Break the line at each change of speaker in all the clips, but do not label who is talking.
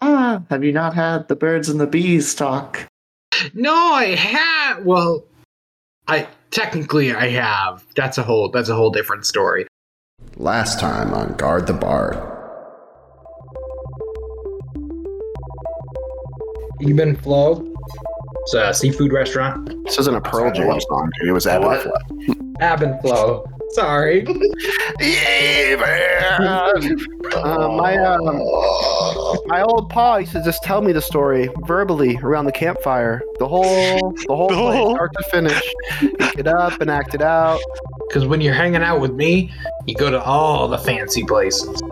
Huh? Have you not had the birds and the bees talk?
No, I have. Well, I technically I have. That's a whole. That's a whole different story.
Last time on Guard the Bard.
You've been flow. It's a seafood restaurant.
This isn't a Pearl Jam song, dude. It was Abbott
What?
Fly.
Ebb and flow. Sorry.
Um,
Uh, my um, my old pa used to just tell me the story verbally around the campfire, the whole the whole
The
play,
whole-
start to finish. Pick it up and act it out.
Because when you're hanging out with me, you go to all the fancy places.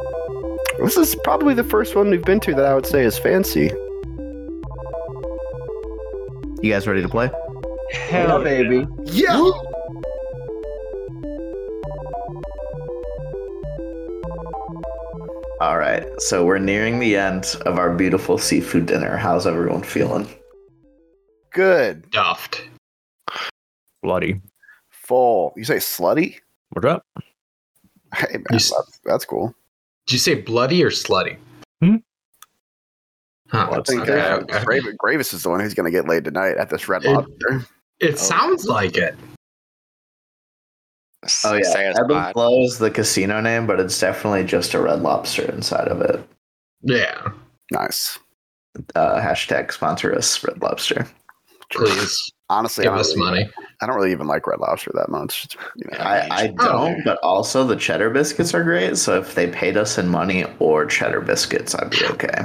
This is probably the first one we've been to that I would say is fancy. You guys ready to play?
Hell
baby.
Yeah.
All right, so we're nearing the end of our beautiful seafood dinner. How's everyone feeling?
Good.
Duffed.
bloody.
Full. You say slutty?
What up?
Hey man,
You s-
that's, that's cool.
Did you say bloody or slutty?
Hmm?
Huh.
I think
okay,
uh,
okay.
Grav- Gravis is the one who's going to get laid tonight at this Red
It-
Lobster.
It sounds like it.
Oh yeah,
Sarah's
Ebb and
hot.
Flow is the casino name, but it's definitely just a Red Lobster inside of it.
Yeah.
Nice.
Uh, hashtag sponsor us, Red Lobster.
Please
Honestly,
give
I, don't
us
really-
money.
I don't really even like Red Lobster that much. It's, you know,
I, I don't, but also the cheddar biscuits are great. So if they paid us in money or cheddar biscuits, I'd be okay.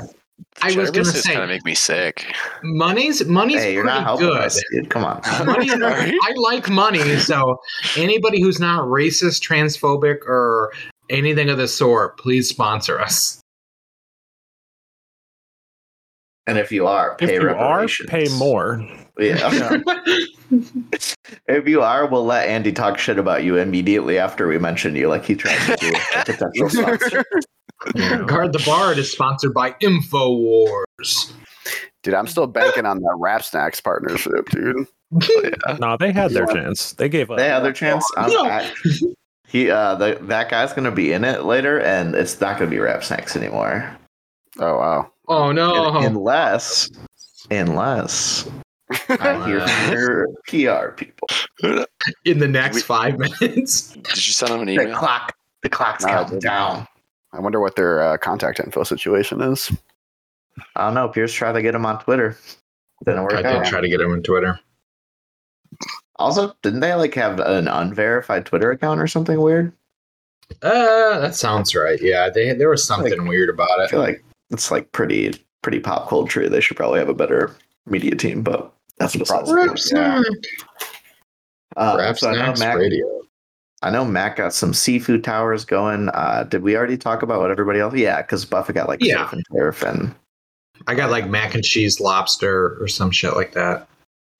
I was gonna
This is
say-
gonna make me sick.
Money's money's
hey, you're
pretty
not helping
good.
us, dude. Come on.
Money,
Sorry.
I like money, so anybody who's not racist, transphobic, or anything of the sort, please sponsor us.
And if you are, pay
if you are,
reparations.
pay more.
Yeah. if you are, we'll let Andy talk shit about you immediately after we mention you, like he tried to do with the potential sponsor.
Guard the Bard is sponsored by InfoWars.
dude, I'm still banking on that Rap Snacks partnership, dude.
No, they had their chance. They gave up.
They had their chance. I'm,
No.
I- he, uh, the, that guy's gonna be in it later, and it's not gonna be Rap Snacks anymore.
Oh wow.
Oh
Un-
no.
Unless, unless I hear from your PR people.
In the next five minutes.
Did you send him an
The
email?
clock, the clock's
No,
counting
dude.
down.
I wonder what their uh, contact info situation is.
I don't know. Pierce tried to get him on Twitter. Didn't work
I
out.
did try to get him on Twitter.
Also, didn't they like have an unverified Twitter account or something weird?
Uh that sounds right. Yeah, they, there was something weird about
I
it.
feel like it's like pretty pretty pop culture. They should probably have a better media team, but that's what
Rap
it's
snack.
Uh,
Rap
so I know
snacks
Mac.
radio.
I know Mac got some seafood towers going. Uh, did we already talk about what everybody else? Yeah, because Buffett got like
Yeah.
surf and turf and
I got like mac and cheese lobster or some shit like that.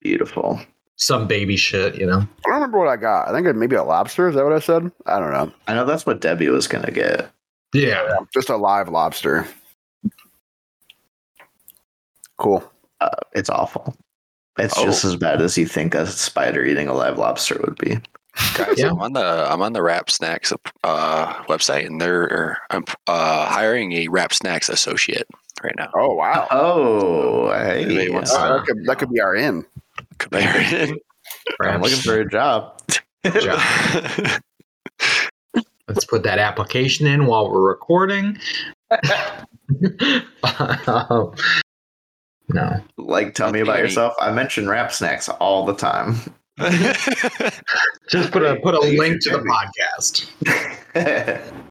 beautiful.
Some baby shit, you know.
I don't remember what I got. I think it maybe a lobster. Is that what I said? I don't know.
I know that's what Debbie was gonna get.
Yeah.
Just a live lobster. Cool.
Uh, it's awful. It's
Oh.
just as bad as you think a spider eating a live lobster would be.
Guys,
Yeah.
I'm on the I'm on the Rap Snacks uh, website, and they're I'm uh, hiring a Rap Snacks associate right now.
Oh wow.
Oh, hey.
Anybody wants
Uh, that, could, that could be our in.
Could I-
I'm looking for a job.
job. Let's put that application in while we're recording. Um, no.
Like, tell me about
Okay.
yourself. I mention rap snacks all the time.
Just put a put a link to the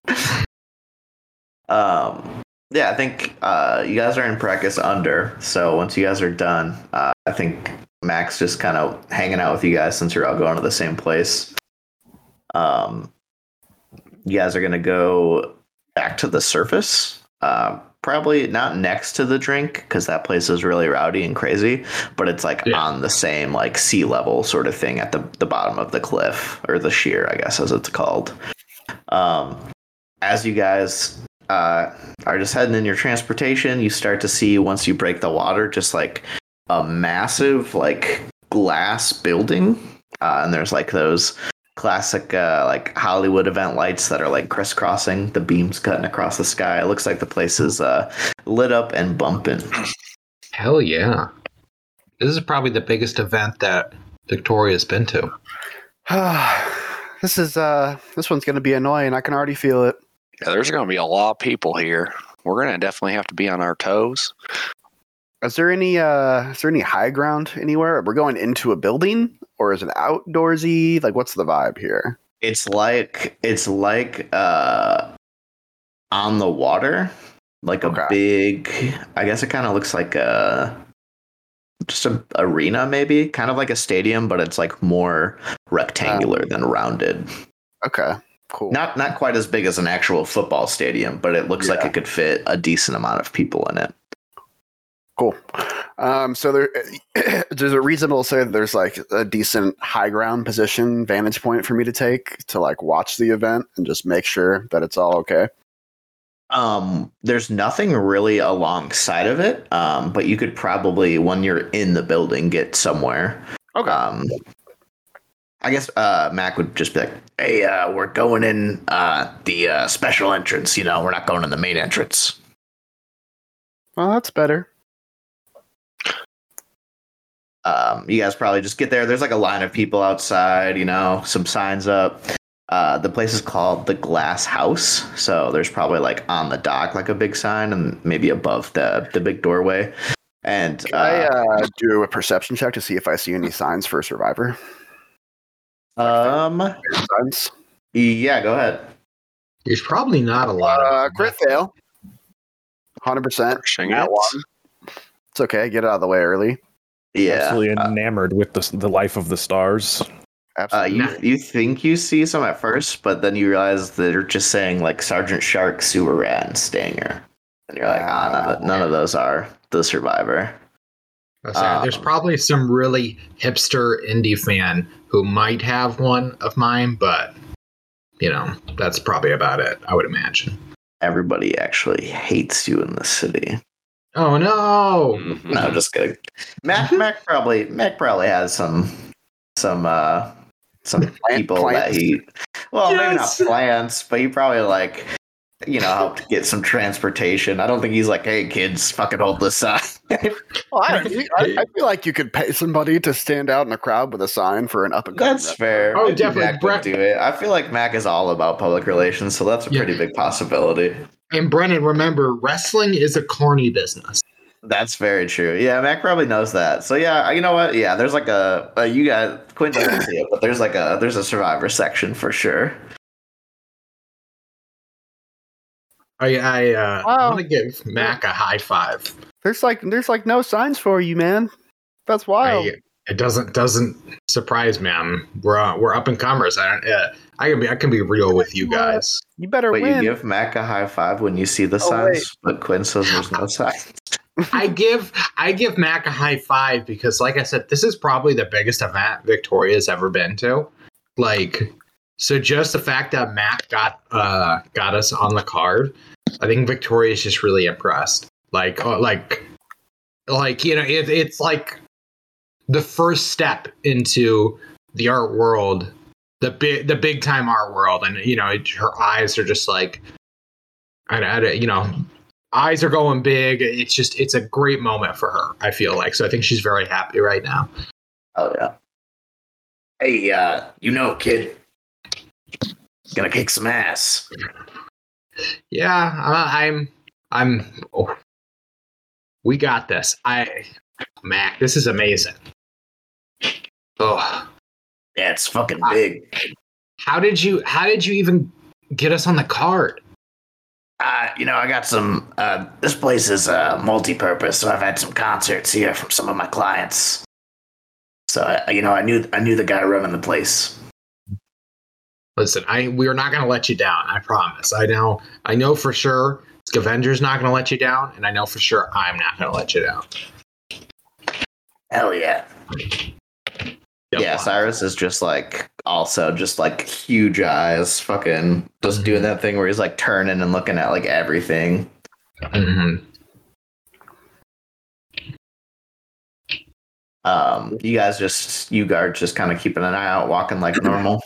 podcast.
um, yeah, I think uh, you guys are in practice under. So once you guys are done, uh, I think Max just kind of hanging out with you guys since you're all going to the same place. Um, you guys are gonna go back to the surface. Uh, probably not next to the drink because that place is really rowdy and crazy. But it's like
Yeah.
on the same like sea level sort of thing at the the bottom of the cliff or the sheer, I guess, as it's called. Um, as you guys uh, are just heading in your transportation, you start to see once you break the water, just like a massive like glass building, uh, and there's like those classic uh, like Hollywood event lights that are like crisscrossing, the beams cutting across the sky. It looks like the place is uh, lit up and bumping.
Hell yeah. This is probably the biggest event that Victoria's been to.
this is uh, this one's gonna be annoying. I can already feel it.
Yeah, there's going to be a lot of people here. We're going to definitely have to be on our toes.
Is there any uh, is there any high ground anywhere? We're going into a building, or is it outdoorsy? Like, what's the vibe here?
It's like it's like uh, on the water, like a
Okay.
big. I guess it kind of looks like a just a arena, maybe kind of like a stadium, but it's like more rectangular
Ah.
than rounded.
Okay, cool.
Not not quite as big as an actual football stadium, but it looks like
Yeah.
it could fit a decent amount of people in it.
Cool. Um, so there, there's a reasonable say that there's like a decent high ground position, vantage point for me to take to like watch the event and just make sure that it's all okay.
Um, there's nothing really alongside of it, um, but you could probably, when you're in the building, get somewhere.
Okay.
Um, I guess uh, Mac would just be like, "Hey, uh, we're going in uh, the uh, special entrance. You know, we're not going in the main entrance."
Well, that's better.
Um, you guys probably just get there. There's like a line of people outside. You know, some signs up. Uh, the place is called the Glass House, so there's probably like on the dock like a big sign, and maybe above the the big doorway. And
Can I uh, do a perception check to see if I see any signs for a survivor.
Um.
Signs.
Yeah. Go ahead.
There's probably not a lot of
Uh, crit fail. Hundred percent.
Pushing
That
it.
one. It's okay. Get it out of the way early.
Yeah.
Absolutely enamored with the, the life of the stars.
Uh,
Absolutely.
you you think you see some at first, but then you realize they're just saying like Sergeant Shark, Sewer Rat, and Stinger, and you're like, ah, none of, none of those are the survivor.
I was saying, there's
Um,
probably some really hipster indie fan who might have one of mine, but you know, that's probably about it, I would imagine.
Everybody actually hates you in the city.
Oh no.
Mhm.
No, just kidding. Mac
Mm-hmm.
Mac probably Mac probably has some some uh some people that
plants.
he well maybe not
Yes.
plants, but he probably like you know helped get some transportation. I don't think he's like, hey kids, fucking hold this sign.
Uh, Well, I, I, I feel like you could pay somebody to stand out in a crowd with a sign for an up and coming.
That's fair.
Oh,
I think
definitely.
Mac
Brett-
would do it. I feel like Mac is all about public relations, so that's a
Yeah.
pretty big possibility.
And Brennan, remember, wrestling is a corny business.
That's very true. Yeah, Mac probably knows that. So yeah, uh, you know what? Yeah, there's like a, a you guys Quinn doesn't see it, but there's like a there's a survivor section for sure.
I I uh
Wow.
I'm gonna give Mac a high five.
There's like there's like no signs for you, man. That's wild.
I, it doesn't doesn't surprise me. I'm, we're uh, we're up and comers. I don't, uh, I can be I can be real with you guys.
you better
But you
win.
give Mac a high five when you see the
Oh,
signs,
wait.
but Quinn says there's no signs.
I give I give Mac a high five because, like I said, this is probably the biggest event Victoria's ever been to. Like, so just the fact that Mac got uh got us on the card, I think Victoria's just really impressed. Like, uh, like, like you know, it, it's like the first step into the art world, the big the big time art world, and you know, it, her eyes are just like, I, I you know, eyes are going big. It's just it's a great moment for her. I feel like so. I think she's very happy right now.
Oh yeah. Hey, uh, you know, kid, gonna kick some ass.
Yeah, uh, I'm. I'm. Oh, we got this. I, Mac, this is amazing. Oh,
Yeah, it's fucking big.
how did you? How did you even get us on the card?
Uh, you know, I got some. Uh, this place is uh, multi-purpose, so I've had some concerts here from some of my clients. So uh, you know, I knew I knew the guy running the place.
Listen, I we are not going to let you down. I promise. I know. I know for sure. Scavenger's not going to let you down, and I know for sure I'm not going to let you down.
Hell yeah!
Don't
yeah,
lie.
Cyrus is just like also just like huge eyes, fucking just doing that thing where he's like turning and looking at like everything.
Mhm.
Um, you guys just you guards just kind of keeping an eye out, walking like normal.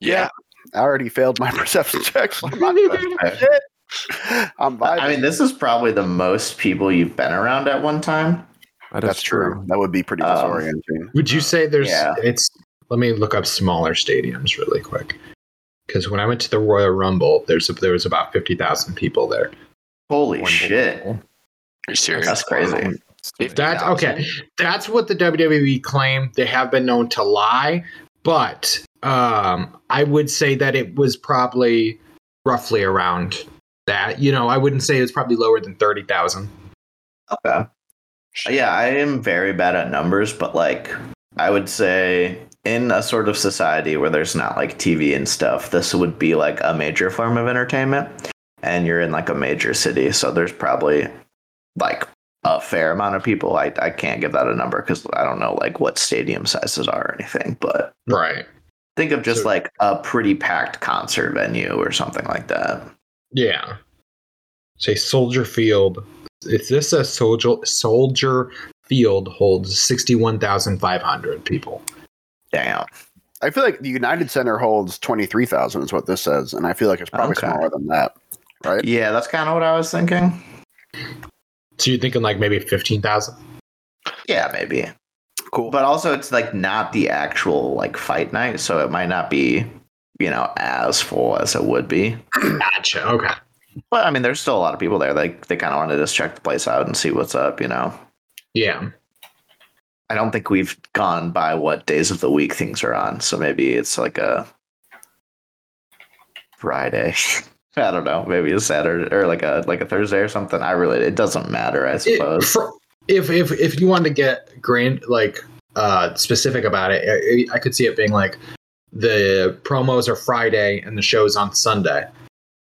Yeah.
I already failed my perception check. So I'm not doing shit. I'm vibing.
I mean, this is probably the most people you've been around at one time.
That is
that's true. That would be pretty
Um,
disorienting.
Would you say there's
Yeah.
it's let me look up smaller stadiums really quick. Cuz when I went to the Royal Rumble, there's there was about 50,000 people there.
Holy shit.
You're serious.
That's crazy.
That's okay. That's what the WWE claim. They have been known to lie, but um I would say that it was probably roughly around that. You know, I wouldn't say it's probably lower than 30,000.
Okay. Yeah, I am very bad at numbers, but like I would say in a sort of society where there's not like TV and stuff, this would be like a major form of entertainment. And you're in like a major city, so there's probably like a fair amount of people. I, I can't give that a number because I don't know like what stadium sizes are or anything, but
Right.
think of just
So-
like a pretty packed concert venue or something like that.
Yeah. Say Soldier Field. Is this a soldier Soldier Field holds sixty one thousand five hundred people?
Damn.
I feel like the United Center holds twenty three thousand is what this says, and I feel like it's probably
Okay.
smaller than that. Right?
Yeah, that's kind of what I was thinking.
So you're thinking like maybe fifteen thousand?
Yeah, maybe.
Cool.
But also, it's like not the actual like fight night, so it might not be, you know, as full as it would be.
Gotcha. Okay.
But I mean, there's still a lot of people there. Like they kind of want to just check the place out and see what's up. You know,
Yeah.
I don't think we've gone by what days of the week things are on, so maybe it's like a Friday. I don't know, maybe a Saturday or like a like a Thursday or something. I really it doesn't matter, I
It-
suppose.
for- if if if you wanted to get grand like uh specific about it, I, I could see it being like the promos are Friday and the show's on Sunday.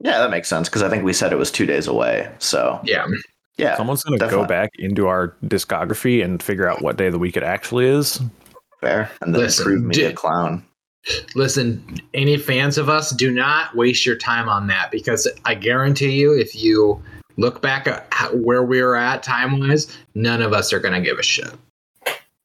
yeah, that makes sense because I think we said it was two days away. So
Yeah.
yeah,
Someone's gonna
Definitely.
go back into our discography and figure out what day of the week it actually is.
Uh, fair. And then
Listen,
prove me
di-
a clown.
Listen, any fans of us, do not waste your time on that because I guarantee you, if you look back at how- where we were at time wise, none of us are going to give a shit.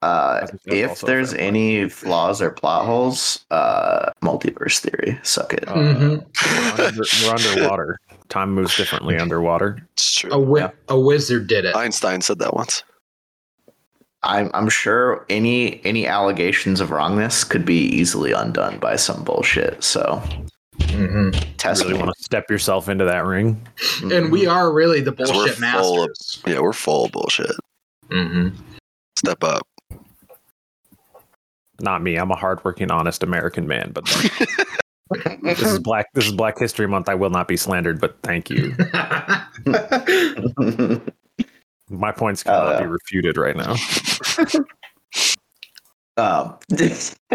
Uh,
That's- that's
if
also a
there's
fair
any flaws or plot holes, uh, multiverse theory, suck it.
Uh,
Mhm.
we're, under, we're underwater. Time moves differently underwater.
It's true.
A, wi-
Yeah.
a wizard did it.
Einstein said that once.
I'm I'm sure any any allegations of wrongness could be easily undone by some bullshit. So
Mhm.
test
really
me.
want to step yourself into that ring.
And we are really the
'Cause Mm-hmm. we're
bullshit
full of-
masters.
Yeah, we're full of bullshit.
hmm
Step up.
Not me. I'm a hardworking, honest American man. But like, this is black. This is Black History Month. I will not be slandered. But thank you.
Mm-hmm.
My points cannot
Oh, yeah.
be refuted right now.
Um,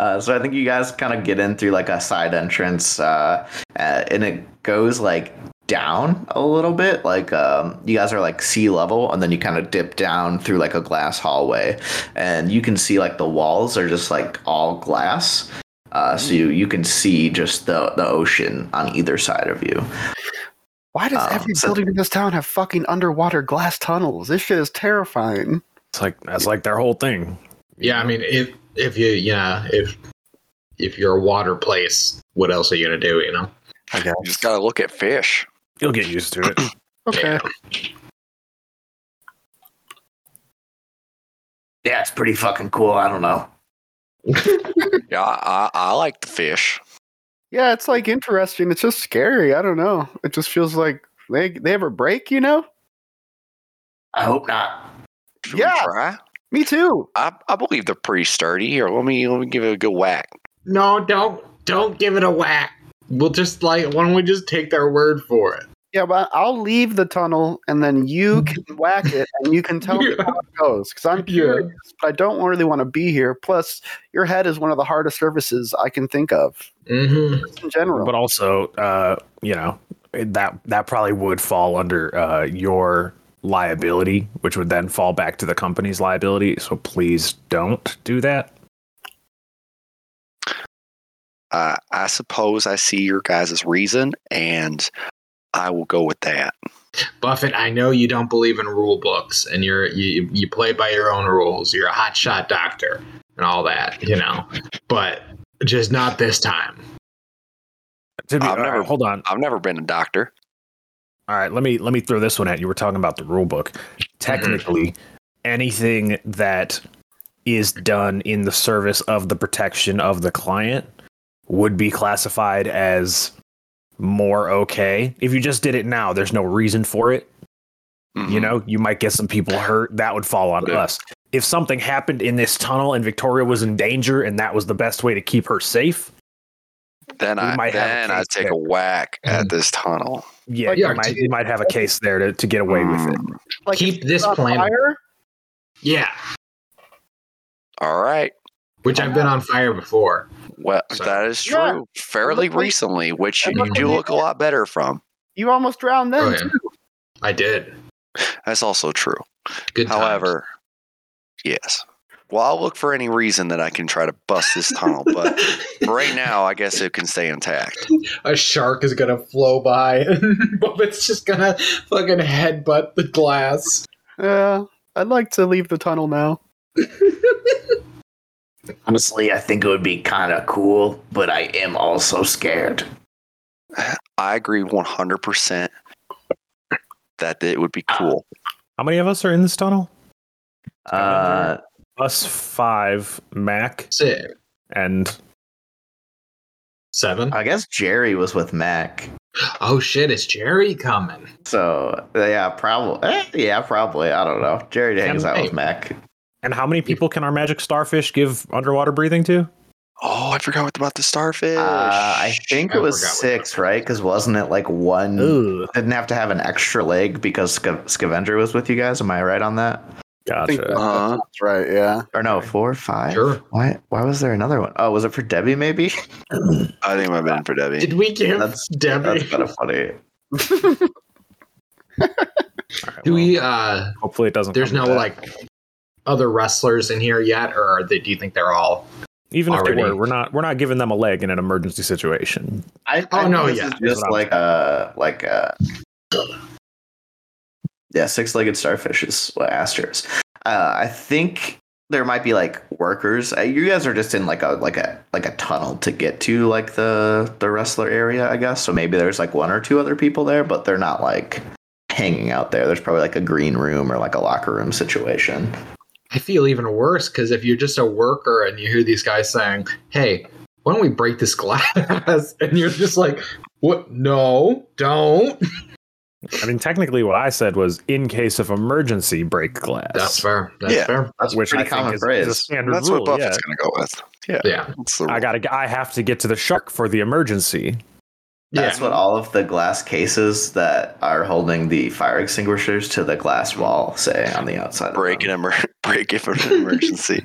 uh, so I think you guys kind of get in through like a side entrance, uh, uh, and it goes like down a little bit. Like um, you guys are like sea level, and then you kind of dip down through like a glass hallway, and you can see like the walls are just like all glass. Uh, so you, you can see just the, the ocean on either side of you.
Why does
Um,
every
so-
building in this town have fucking underwater glass tunnels? This shit is terrifying.
It's like that's like their whole thing.
Yeah, I mean, if if you yeah if if you're a water place, what else are you gonna do? You know?
I
You
guess.
just gotta look at fish.
You'll get used to it.
Okay.
Yeah, it's pretty fucking cool. I don't know.
Yeah, I, I, I like the fish.
Yeah, it's like interesting. It's just scary. I don't know. It just feels like they they have a break, you know?
I hope not.
Should we
Yeah.
try?
Me too.
I, I believe they're pretty sturdy. Here, let me let me give it a good whack.
No, don't don't give it a whack. We'll just like why don't we just take their word for it?
Yeah, but I'll leave the tunnel and then you can whack it and you can tell me
Yeah.
how it goes. Because I'm curious, but I don't really want to be here. Plus, your head is one of the hardest surfaces I can think of
Mm-hmm.
just in general.
But also, uh, you know, that that probably would fall under uh, your liability, which would then fall back to the company's liability. So please don't do that.
I I suppose I see your guys' reason, and I will go with that.
Buffett, I know you don't believe in rule books, and you're you you play by your own rules. You're a hotshot doctor and all that, you know. But just not this time.
Did we,
I've
all
never-
right, hold on.
I've never been a doctor.
All right, let me let me throw this one at you. We're talking about the rule book. Technically, anything that is done in the service of the protection of the client would be classified as more okay. If you just did it now, there's no reason for it. You
Mhm.
know, you might get some people hurt. That would fall on
Yeah.
us. If something happened in this tunnel and Victoria was in danger and that was the best way to keep her safe,
Mm-hmm. then
we
I
might have a
then I
case
take
there.
a whack at this tunnel.
yeah,
Well, Oh, yeah,
you, might,
dude.
you might have a case there to, to get away with it.
Mm,
Like,
Keep
if it's
this
on
planet.
fire,
Yeah,
All right.
which I've been on fire before.
Well,
So-
that is true.
Yeah.
Fairly
Look like-
recently, which
I
you
look
do
like-
look a lot better from.
you almost drowned then.
Oh, yeah.
too.
I did.
That's also true.
Good. times.
However, yes. Well, I'll look for any reason that I can try to bust this tunnel, but right now, I guess it can stay intact.
a shark is gonna flow by, and Buffett's just gonna fucking headbutt the glass.
Yeah, Uh, I'd like to leave the tunnel now.
Honestly, I think it would be kind of cool, but I am also scared.
I agree 100% that it would be cool.
How many of us are in this tunnel?
Uh,
Us five, Mac,
Six,
and
seven.
I guess Jerry was with Mac,
Oh shit! It's Jerry coming.
so uh, yeah, probably. eh, yeah, probably. I don't know. Jerry hangs out with Mac.
and how many people can our magic starfish give underwater breathing to?
Oh, I forgot about the starfish.
Uh, I think
I
it was
forgot what
six, right? Because wasn't it like one?
Ooh,
Didn't have to have an extra leg because Sca- Scavenger was with you guys. Am I right on that?
I think that-
gotcha.
Uh-huh.
That's right, yeah.
Or no, four, five.
Sure.
Why? Why was there another one? Oh, was it for Debbie? Maybe.
I think it might have been for Debbie.
Did we give
That's-
Debbie?
That's kind of funny.
All right, well,
Do we? uh
Hopefully, it doesn't.
There's
come
no
to that.
like other wrestlers in here yet, or are they, do you think they're all?
Even if
already-
they were, we're not. We're not giving them a leg in an emergency situation.
I,
Oh,
think
no,
this
yeah.
is just like a like a yeah, six-legged starfish is what Aster's. Uh, I think there might be like workers. Uh, You guys are just in like a like a like a tunnel to get to like the the wrestler area, I guess. So maybe there's like one or two other people there, but they're not like hanging out there. There's probably like a green room or like a locker room situation.
I feel even worse because if you're just a worker and you hear these guys saying, "Hey, why don't we break this glass?" and you're just like, "What? No, don't."
I mean, technically, what I said was, in case of emergency, break glass.
That's fair. That's
Yeah.
fair.
That's
which
pretty
I
common
think is,
phrase.
is a standard
That's
rule.
what
yeah.
Buffett's going to go with. Yeah.
Yeah.
That's the
I
rule.
gotta. I have to get to the shark for the emergency.
That's
yeah.
what all of the glass cases that are holding the fire extinguishers to the glass wall say on the outside. of
break
them.
an emer- break if an emergency.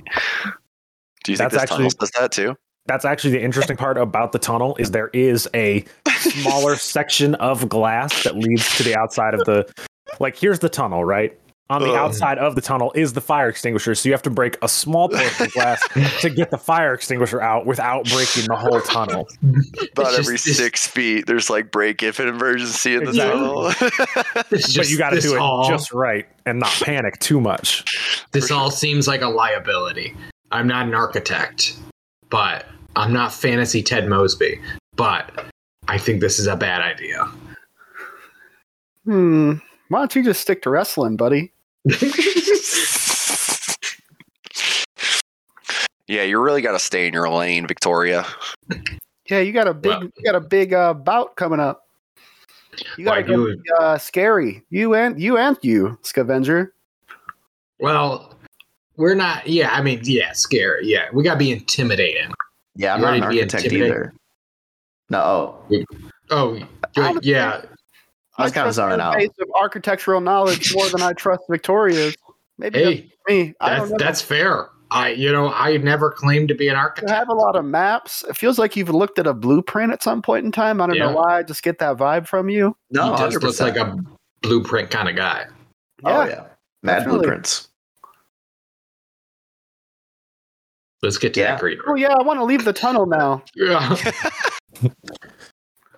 Do you think
That's
this tunnel
actually-
does that too?
That's actually the interesting part about the tunnel is there is a smaller section of glass that leads to the outside of the like here's the tunnel right on the
Oh.
outside of the tunnel is the fire extinguisher so you have to break a small portion of glass to get the fire extinguisher out without breaking the whole tunnel
About
just
every
this-
six feet, there's like break if an emergency in the
Exactly.
tunnel.
but you got to do it just right and not panic too much
This
For
all seems like a liability. I'm not an architect, but I'm not fantasy Ted Mosby, but I think this is a bad idea.
Hmm. Why don't you just stick to wrestling, buddy?
yeah, you really got to stay in your lane, Victoria.
Yeah, you got a big,
Well-
you got a big uh, bout coming up. You
Why
got
do
to
it?
uh, scary. You and you and you, Scavenger.
Well, we're not. Yeah, I mean, yeah, scary. Yeah, we got to be intimidating.
Yeah, I'm
You
not an
already be
architect
intimidated?
either. No, oh,
Oh,
I'm
y- yeah.
I was kind of
trust
zoning
your
out.
base of architectural knowledge more than I trust Victoria's. Maybe
Hey,
that's me. I don't
that's
know.
that's fair. I, you know, I never claimed to be an
You
architect.
have a lot of maps. It feels like you've looked at a blueprint at some point in time. I don't
Yeah.
know why. I just get that vibe from you.
No,
he does
100%.
look like a blueprint kind of guy.
oh,
Yeah.
yeah. Mad
Definitely.
blueprints.
Let's get to
Yeah.
that green
Oh
room.
yeah, I want to leave the tunnel now.
Yeah.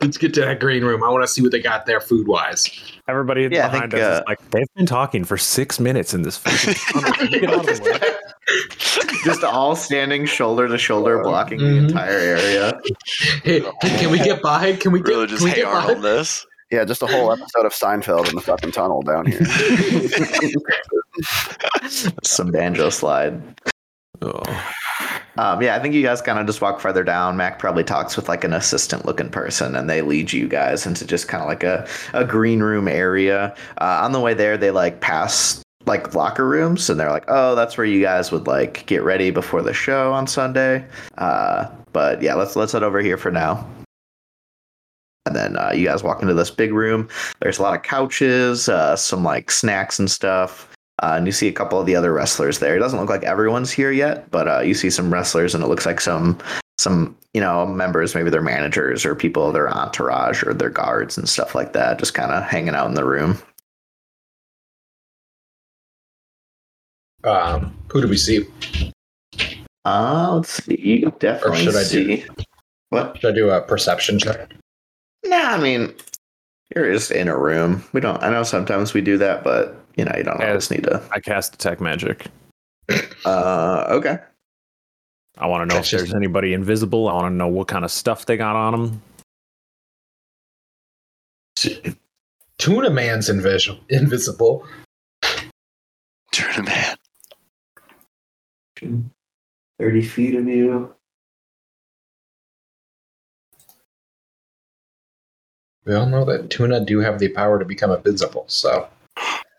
Let's get to that green room. I want to see what they got there food wise.
everybody
Yeah, I
behind
think, uh,
us is like they've been talking for six minutes in this fucking tunnel. Get out of the way."
just all standing shoulder to shoulder, blocking
Mhm.
the entire area.
Hey, hey, can we get by? Can we get,
really
can
just
we
hey
get by?
Arnold this.
Yeah, just a whole episode of Seinfeld in the fucking tunnel down here.
Some banjo slide.
Oh.
Um, yeah, I think you guys kind of just walk further down. Mac probably talks with like an assistant looking person, and they lead you guys into just kind of like a, a green room area. Uh, on the way there, they like pass like locker rooms, and they're like, oh, that's where you guys would like get ready before the show on Sunday. Uh, but yeah, let's let's head over here for now. And then uh, you guys walk into this big room. There's a lot of couches, uh, some like snacks and stuff. Uh, and you see a couple of the other wrestlers there. It doesn't look like everyone's here yet, but uh, you see some wrestlers, and it looks like some some you know members, maybe their managers or people of their entourage or their guards and stuff like that, just kind of hanging out in the room.
Um, who do we see?
Uh, let's see. You definitely
should I do-
see. What?
Should I do a perception check?
Nah, I mean, you're just in a room. We don't. I know sometimes we do that, but you know, you don't
Yeah.
always need to.
I cast detect magic.
Uh, okay.
I want to know
That's
if
just-
there's anybody invisible. I want to know what kind of stuff they got on them.
Tuna Man's invis- invisible.
Turn him man.
Thirty feet of you.
We all know that tuna do have the power to become invisible, so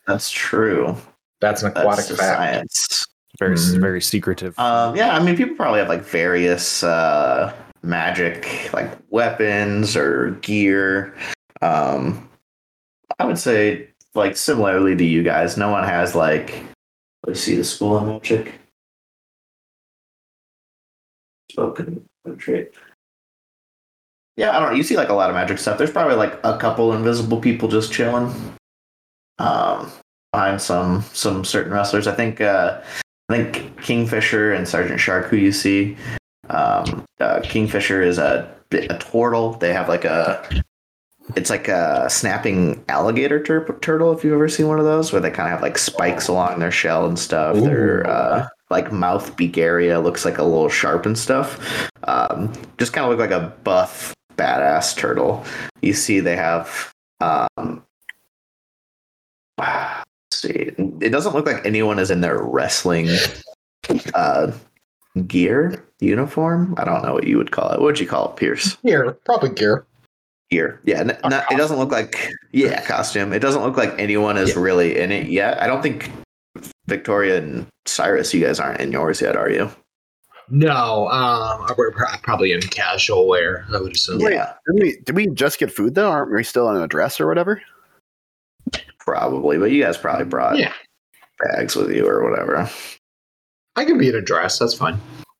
That's true.
that's an aquatic
That's the
fact.
science.
Very,
Mm-hmm.
Mhm.
very secretive.
Um, yeah, I mean, people probably have like various uh, magic, like weapons or gear. Um, I would say, like similarly to you guys, no one has like. Let's see the school of magic. Spoken trade. Yeah, I don't know. You see like a lot of magic stuff. There's probably like a couple invisible people just chilling. Um, behind some some certain wrestlers. I think uh I think Kingfisher and Sergeant Shark, who you see, um, uh, Kingfisher is a, a turtle. They have like a, it's like a snapping alligator tur- turtle. If you've ever seen one of those, where they kind of have like spikes along their shell and stuff. Their uh, like mouth beak area looks like a little sharp and stuff. Um, just kind of look like a buff badass turtle. You see, they have. Um, see it doesn't look like anyone is in their wrestling uh gear uniform i don't know what you would call it what would you call it pierce
Gear, probably gear.
gear yeah n-
A
n- it doesn't look like yeah costume it doesn't look like anyone is really in it yet i don't think victoria and cyrus you guys aren't in yours yet are you
No, um, we're pro- probably in casual wear. I would assume.
yeah
Didn't we, did we just get food though? Aren't we still in a dress or whatever?
probably but you guys probably brought
Yeah.
bags with you or whatever
I can be in a dress. That's fine.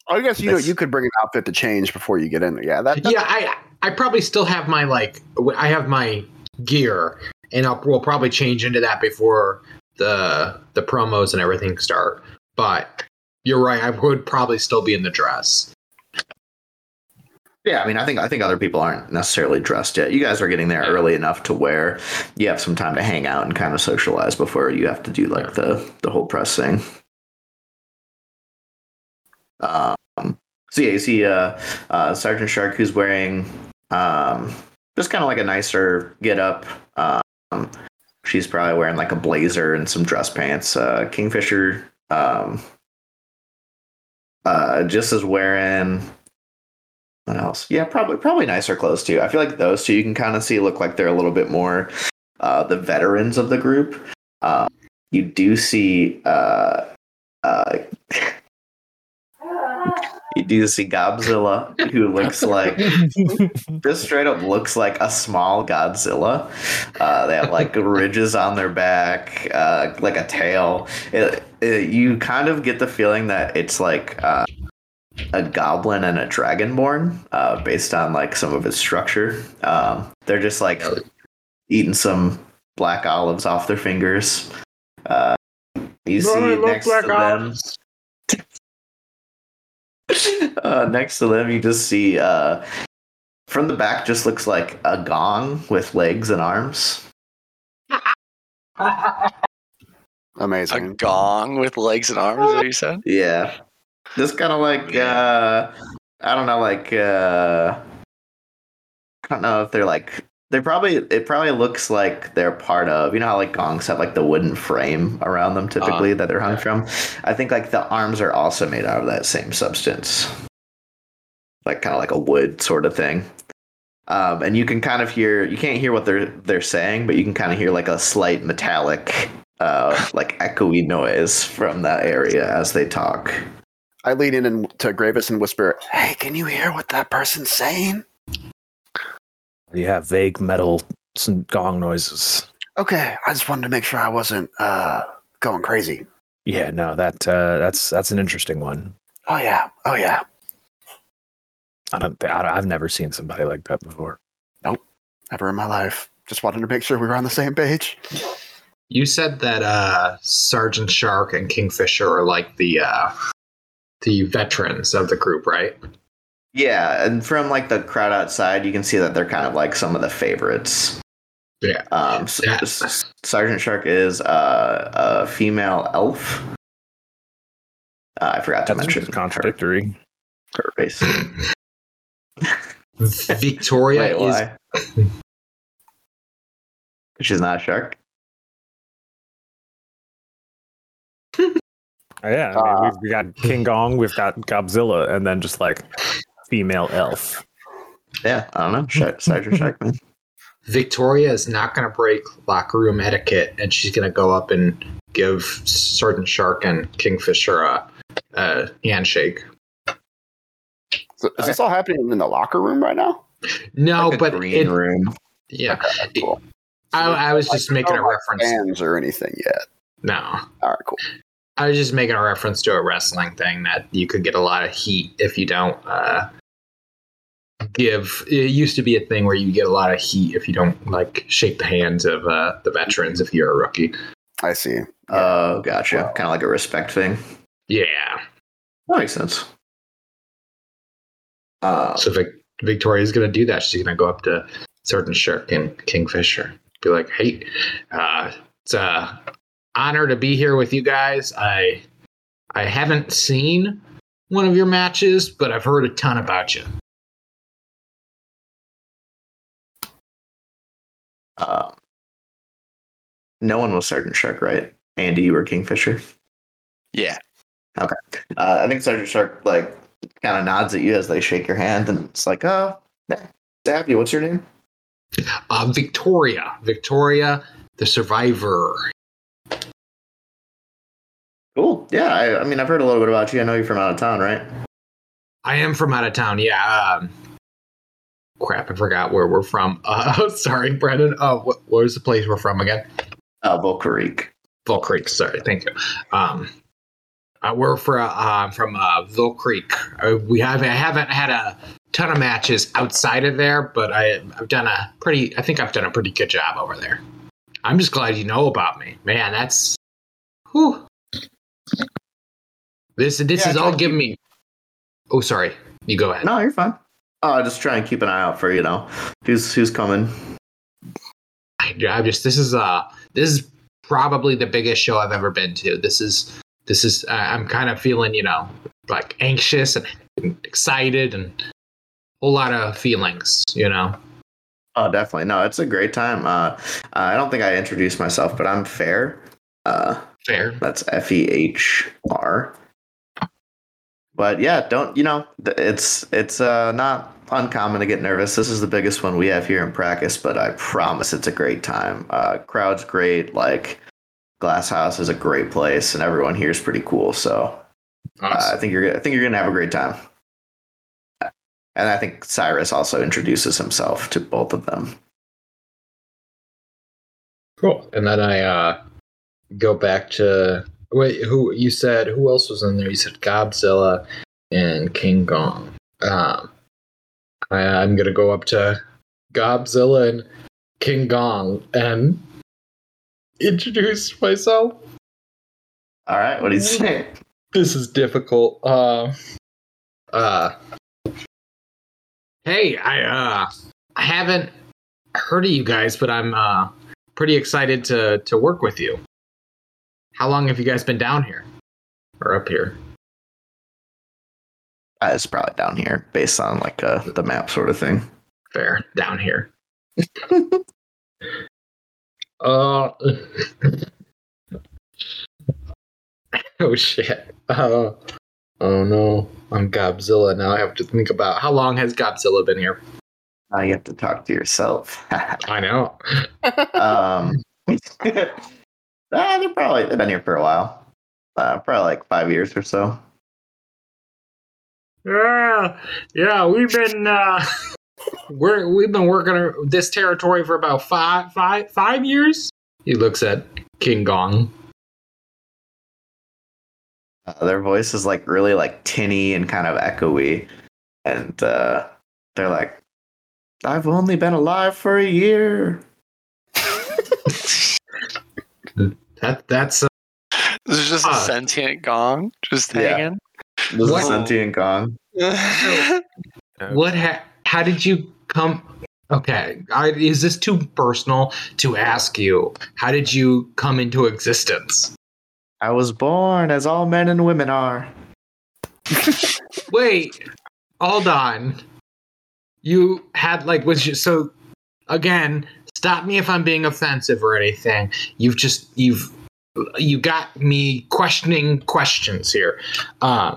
Oh, I guess you know
That's-
you could bring an outfit to change before you get in there. Yeah, that, that-
yeah, I I probably still have my like w- I have my gear, and I'll we'll probably change into that before the the promos and everything start. But you're right, I would probably still be in the dress.
Yeah, I mean, I think I think other people aren't necessarily dressed yet. You guys are getting there early enough to where you have some time to hang out and kind of socialize before you have to do like the the whole press thing. Um, so yeah, you see uh, uh, Sergeant Shark who's wearing um, just kind of like a nicer get up. Um, she's probably wearing like a blazer and some dress pants. Uh, Kingfisher um, uh, just is wearing what else? Yeah, probably probably nicer clothes too. I feel like those two you can kind of see look like they're a little bit more uh, the veterans of the group. Uh, you do see uh, uh, you do see Godzilla, who looks like just straight up looks like a small Godzilla. Uh, they have like ridges on their back, uh, like a tail. It, it, you kind of get the feeling that it's like uh, a goblin and a dragonborn, uh, based on like some of its structure. Um, they're just like eating some black olives off their fingers. Uh, you see next to them. Uh, next to them, you just see uh, from the back just looks like a gong with legs and arms.
A
amazing.
gong with legs and arms, is what you said?
Yeah. This kind of like uh, I don't know, like uh, I don't know if they're like they probably it probably looks like they're part of you know how like gongs have like the wooden frame around them typically that they're hung from. I think like the arms are also made out of that same substance, like kind of like a wood sort of thing. Um, and you can kind of hear you can't hear what they're they're saying, but you can kind of hear like a slight metallic uh, like echoey noise from that area as they talk.
I lean in and to Gravis and whisper, "Hey, can you hear what that person's saying?"
You have vague metal some gong noises.
Okay, I just wanted to make sure I wasn't uh, going crazy.
Yeah, no, that uh, that's that's an interesting one.
Oh yeah, oh yeah.
I don't, thi- I don't I've never seen somebody like that before.
Ever in my life. Just wanted to make sure we were on the same page.
You said that uh, Sergeant Shark and Kingfisher are like the uh, the veterans of the group, right?
Yeah, and from like the crowd outside, you can see that they're kind of like some of the favorites.
Yeah.
Um, s-
Yeah.
s- Sergeant Shark is uh, a female elf. Uh, I forgot to
That's
mention
just contradictory.
her, her race.
Victoria
Wait,
is
why? She's not a shark.
Yeah,
Uh,
I mean, we've we got King Gong, we've got Godzilla, and then just like female elf.
Yeah, I don't know. Shark, Sergeant Shark, man.
Victoria is not going to break locker room etiquette, and she's going to go up and give Sergeant Shark and Kingfisher a, a handshake.
So, Is this all happening in the locker room right now?
Like
No,
a
Oh, but
green
it,
room.
yeah,
cool.
I, I was just
oh
making a
no, like,
reference.
Fans or anything yet?
No,
All right, cool.
I was just making a reference to a wrestling thing that you could get a lot of heat if you don't uh, give. It used to be a thing where you get a lot of heat if you don't like shake the hands of uh, the veterans if you're a rookie.
I see.
Oh, gotcha. Kind of like a respect thing.
Yeah.
That makes sense. Uh,
So Vic- Victoria's going to do that. She's going to go up to Certain Shark and Kingfisher, be like, "Hey, uh, it's a honor to be here with you guys. I I haven't seen one of your matches, but I've heard a ton about you.
uh, no one was Sergeant Shark, right? Andy, you were Kingfisher.
Yeah.
Uh, I think Sergeant Shark like kind of nods at you as they shake your hand, and it's like, oh, yeah, Dabby, what's your name?
Uh, Victoria, Victoria, the survivor.
Cool. Yeah, I, I mean, I've heard a little bit about you. I know you're from out of town, right?
I am from out of town. Yeah. Um, crap, I forgot where we're from. Uh, sorry, Brendan. Oh, wh- where's the place we're from again?
Uh, Volcareek.
Ville Creek. Sorry, thank you. Um, uh, we're for, uh, um, from uh, Ville Creek. Uh, we haven't I haven't had a ton of matches outside of there, but I, I've done a pretty. I think I've done a pretty good job over there. I'm just glad you know about me, man. That's whew. This this
Yeah,
is
I
all
tried
giving me. Oh, sorry. You go ahead.
No, you're fine. Uh, just try and keep an eye out for you know who's who's coming.
I, I just this is uh this is probably the biggest show I've ever been to. This is this is uh, I'm kind of feeling you know like anxious and, and excited and a whole lot of feelings. You know,
Oh, definitely. No, it's a great time. Uh, I don't think I introduced myself, but I'm Fair. Uh,
fair.
That's F E H R. But yeah, don't you know? th- It's it's uh, not uncommon to get nervous. This is the biggest one we have here in practice, but I promise it's a great time. Uh, crowd's great. Like Glass House is a great place, and everyone here is pretty cool. So uh, I think you're gonna- I think you're gonna have a great time. And I think Cyrus also introduces himself to both of them.
Cool. And then I uh go back to wait. Who you said? Who else was in there? You said Godzilla and King Kong. Um, I, I'm gonna go up to Godzilla and King Kong and introduce myself.
All right, what do you say?
This is difficult. Uh, uh, hey, I uh, I haven't heard of you guys, but I'm uh, pretty excited to to work with you. How long have you guys been down here or up here?
Uh, it's probably down here based on like uh, the map sort of thing.
Fair. Down here. uh, oh, shit. Oh, oh, no. I'm Godzilla. Now I have to think about how long has Godzilla been here?
Now you have to talk to yourself.
I know.
um, ah, they're probably they've been here for a while. Uh, probably like five years or so.
Yeah, yeah, we've been uh, we're we've been working our- this territory for about five five five years. He looks at King Gong.
Uh, their voice is like really like tinny and kind of echoey, and uh, they're like, "I've only been alive for a year."
That that's uh,
This is just a
Ah.
sentient gong just
Yeah.
hanging.
This
What?
is sentient gong.
what. Ha- how did you come? Okay, I, is this too personal to ask you? How did you come into existence?
I was born as all men and women are.
Wait, hold on. You had like was you, so again. Stop me if I'm being offensive or anything. You've just you've you got me questioning questions here. Uh,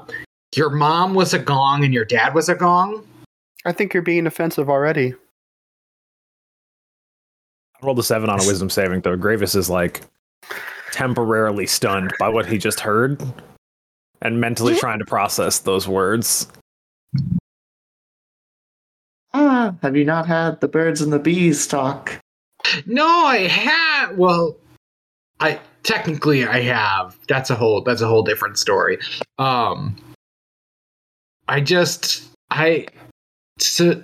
your mom was a gong and your dad was a gong.
I think you're being offensive already.
I rolled a seven on a wisdom saving throw. Gravis is like temporarily stunned by what he just heard and mentally trying to process those words.
Ah, have you not had the birds and the bees talk?
No, I have. Well, I technically I have. That's a whole that's a whole different story. Um, I just I so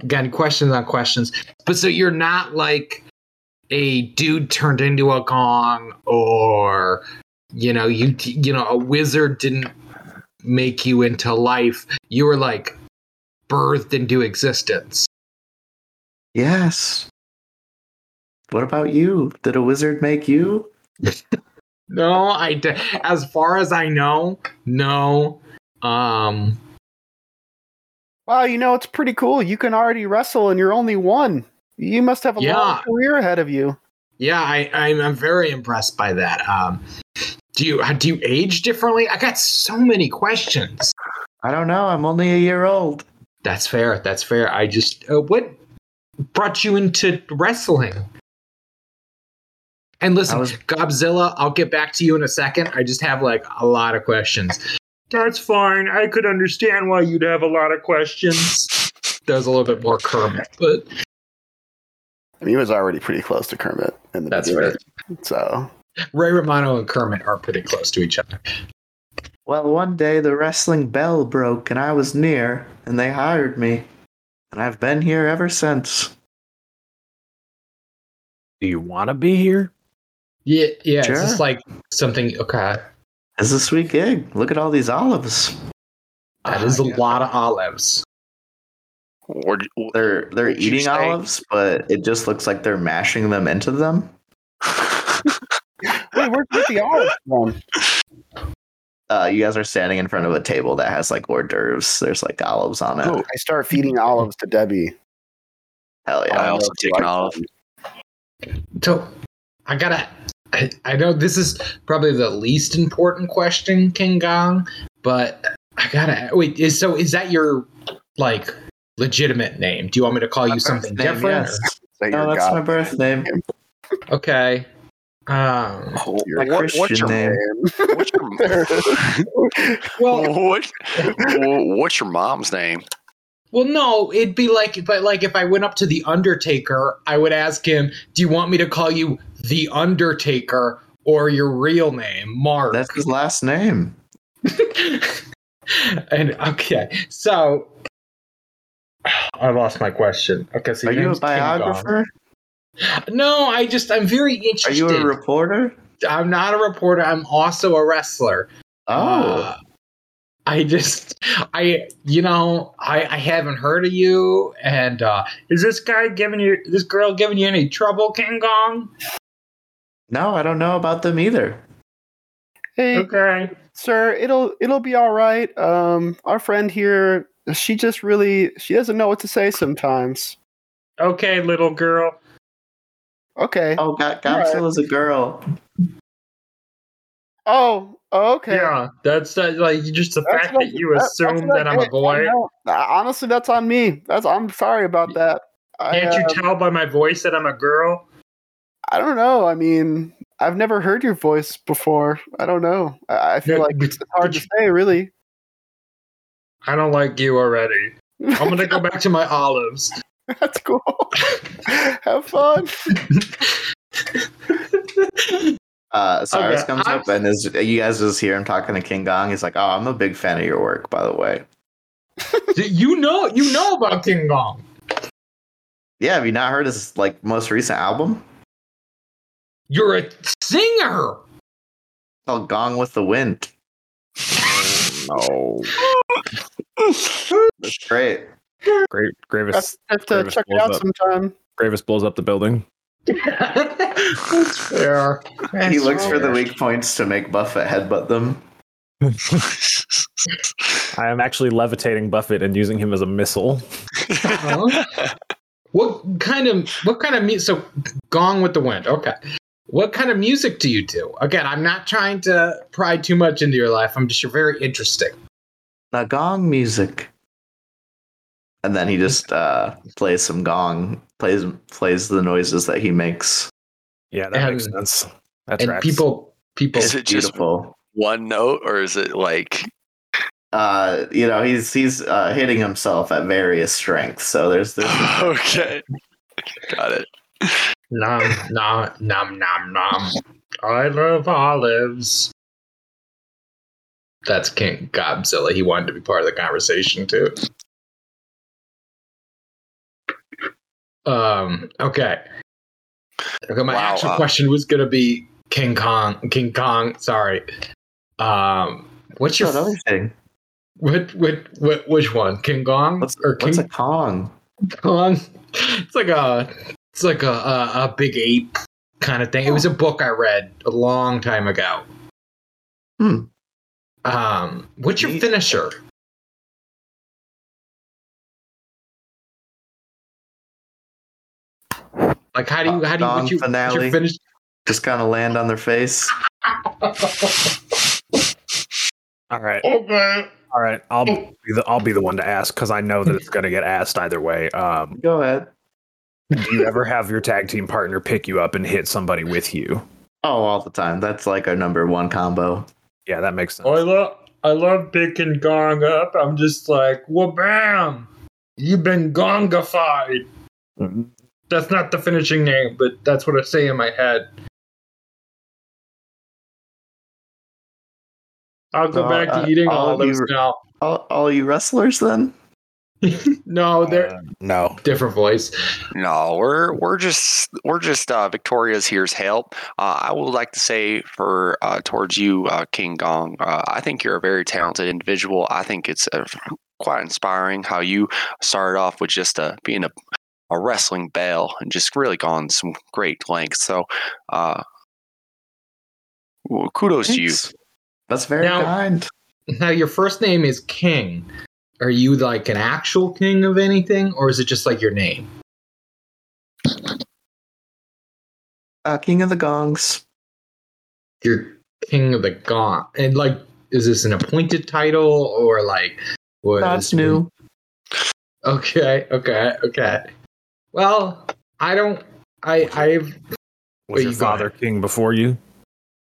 again questions on questions. But so you're not like a dude turned into a gong, or you know you you know a wizard didn't make you into life. You were like birthed into existence.
Yes. What about you? Did a wizard make you?
No, I d- as far as I know, no. Um,
Wow, you know, it's pretty cool. You can already wrestle and you're only one. You must have a long
Yeah.
career ahead of you.
yeah, I, I'm, I'm very impressed by that. Um, do you do you age differently? I got so many questions.
I don't know. I'm only a year old.
That's fair. That's fair. I just uh, what brought you into wrestling? And listen,
I was-
Godzilla, I'll get back to you in a second. I just have like a lot of questions. That's fine. I could understand why you'd have a lot of questions. That was a little bit more Kermit, but
I mean, he was already pretty close to Kermit in the
That's
beginning. So
Ray Romano and Kermit are pretty close to each other.
Well, one day the wrestling bell broke and I was near, and they hired me. And I've been here ever since.
Do you want to be here?
Yeah, yeah.
Sure.
It's just like something. Okay,
It's a sweet gig. Look at all these olives.
that
Ah,
is a lot of olives.
Or, or-
They're they're
What'd you
eating
say?
olives, but it just looks like they're mashing them into them.
wait, where'd you get the olive from?
Uh, you guys are standing in front of a table that has like hors d'oeuvres. There's like olives on it.
I start feeding olives to Debbie.
Hell
I
yeah!
also
she
take an
likes
olive.
So I gotta. I, I know this is probably the least important question, King Gong, but I gotta wait. Is so? Is that your like legitimate name? Do you want me to call you something
Name,
different?
yes.
Say
No,
you're
Oh, that's my
God.
birth name.
or- Okay. Um,
My
What- what's your
Christian name.
What's your,
well,
what, what's your mom's name?
Well, no, it'd be like, but like if I went up to the Undertaker, I would ask him, "Do you want me to call you the Undertaker or your real name, Mark?"
That's his last name.
and okay, so I lost my question. Okay, so
Are
your
you a
name's King Kong.
biographer?
No, I just I'm very
Are
interested.
you a reporter?
I'm not a reporter. I'm also a wrestler.
Oh,
Uh, I just, I, you know, I, I haven't heard of you. And uh, is this guy giving you, this girl giving you any trouble, King Kong?
no, I don't know about them either.
Hey,
Okay.
sir, it'll it'll be all right. Um, our friend here, she just really she doesn't know what to say sometimes.
Okay, little girl.
Okay.
Oh, God, Godzilla's a girl.
Oh, oh, okay.
Yeah, that's that, like just the
That's
fact
what-
that you
that- that's
assume
what
that I'm a
did. I
boy.
know. Uh, Honestly, that's on me. That's I'm sorry about that. I,
Can't you
uh,
tell by my voice that I'm a girl?
I don't know. I mean, I've never heard your voice before. I don't know. I, I feel
Yeah,
like
but-
it's hard
but
to
you-
say, really.
I don't like you already. I'm gonna go back to my olives.
That's cool. Have fun.
Uh, Cyrus
Okay,
comes
I'm-
up and is you guys just hear him talking to King Gong. He's like, "Oh, I'm a big fan of your work, by the way."
you know, you know about King Kong.
Yeah, have you not heard his like most recent album?
You're a singer.
It's called Gong with the Wind.
No.
That's great.
Gra- Gravis,
That's, have to
Travis
check it
blows
out
up.
sometime.
Gravis blows up the building.
that's fair.
he
That's
looks for the
fair.
weak points to make Buffett headbutt them.
I am actually levitating Buffett and using him as a missile.
Uh-huh. what kind of what kind of music? So, Gong with the Wind. Okay. What kind of music do you do? Again, I'm not trying to pry too much into your life. I'm just you're very interesting.
Now gong music. And then he just uh, plays some gong, plays plays the noises that he makes.
Yeah, that makes
And-
sense. That's
and
right.
people people
Is it just
Beautiful.
one note, or is it like
Uh, you know, he's he's uh, hitting himself at various strengths. So there's this
okay? Got it.
nom nom nom nom nom. I love olives. That's King Godzilla. He wanted to be part of the conversation too. Um. Okay. Okay. My
Wow,
actual
uh,
question was gonna be King Kong. King Kong. Sorry. Um. What's your
What's another thing?
what, what what which one? King Kong
What's,
or King
what's a Kong?
Kong. It's like a it's like a a, a big ape kind of thing. It was a book I read a long time ago.
Hmm.
Um, what's your
Neat.
finisher? Like how do you how do you
Kong
what's your, what's
finale.
your finish?
Just kind of land on their face.
All right.
Okay.
All right. I'll be the, I'll be the one to ask because I know that it's going to get asked either way. Um,
Go ahead.
do you ever have your tag team partner pick you up and hit somebody with you?
Oh, all the time. That's like our number one combo.
Yeah, that makes sense.
Oh, I love I love picking Gong up. I'm just like, well, bam! You've been gongified. That's not the finishing name, but that's what I say in my head. I'll go
Oh,
back to
uh,
eating
all of
olives
you-
now.
All, all you wrestlers, then?
No, they're
uh,
Uh.
no.
different voice.
No, we're we're just we're just uh, Victoria's here's help. Uh, I would like to say for uh, towards you, uh, King Gong. Uh, I think you're a very talented individual. I think it's uh, quite inspiring how you started off with just uh, being a a wrestling bell and just really gone some great lengths. So, uh, well, kudos to you.
Thanks. That's very
Now-
kind.
Now, your first name is King. Are you like an actual king of anything, or is it just like your name?
Uh, King of the Gongs.
you're king of the gaunt and like is this an appointed title or like what
That's new.
okay okay okay well i don't i i've
Was
Wait,
your
you go
father king before you?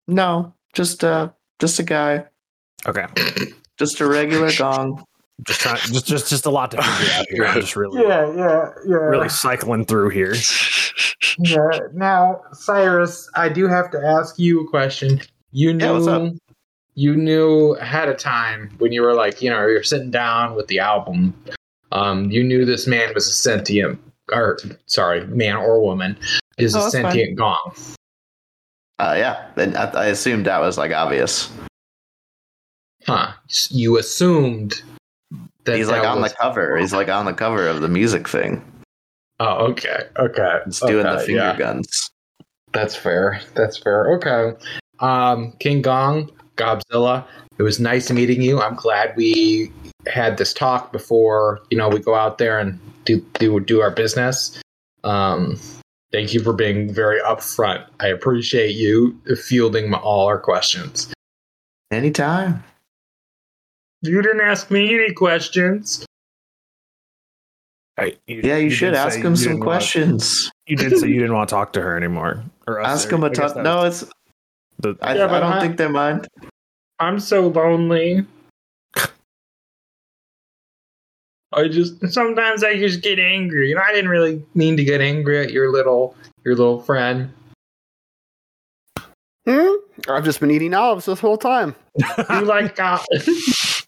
No, just uh, just a guy,
Okay.
just a regular gong.
Just trying, just just just a lot to figure out here. I'm just really
yeah yeah
really cycling through here.
yeah now cyrus i do have to ask you a question you knew
Yeah, what's up?
you knew ahead of time when you were like you know you're sitting down with the album um you knew this man was a sentient or sorry man or woman is
Oh,
a
that's fine.
sentient gong
Uh, yeah, and I, I assumed that was like obvious.
huh you assumed that
He's like
that
on
was-
the cover. He's like on the cover of the music thing.
oh okay okay
He's doing the
Okay,
finger
Oh, uh, yeah.
guns.
that's fair that's fair okay um king gong Godzilla, it was nice meeting you. I'm glad we had this talk before you know we go out there and do do do our business. Um, thank you for being very upfront. I appreciate you fielding all our questions.
Anytime.
You didn't ask me any questions.
I- you-
Yeah, you,
you
should
did
ask
say
him
you
some
didn't want-
questions.
you did say you didn't want to talk to her anymore. Or us,
Ask him
I
a
guess
tough.
that
No,
was
it's.
the-
I,
Yeah,
I
but
don't
I-
think they mind.
I'm so lonely. I just sometimes I just get angry, and I didn't really mean to get angry at your little your little friend.
Hmm? I've just been eating olives this whole time.
You like olives.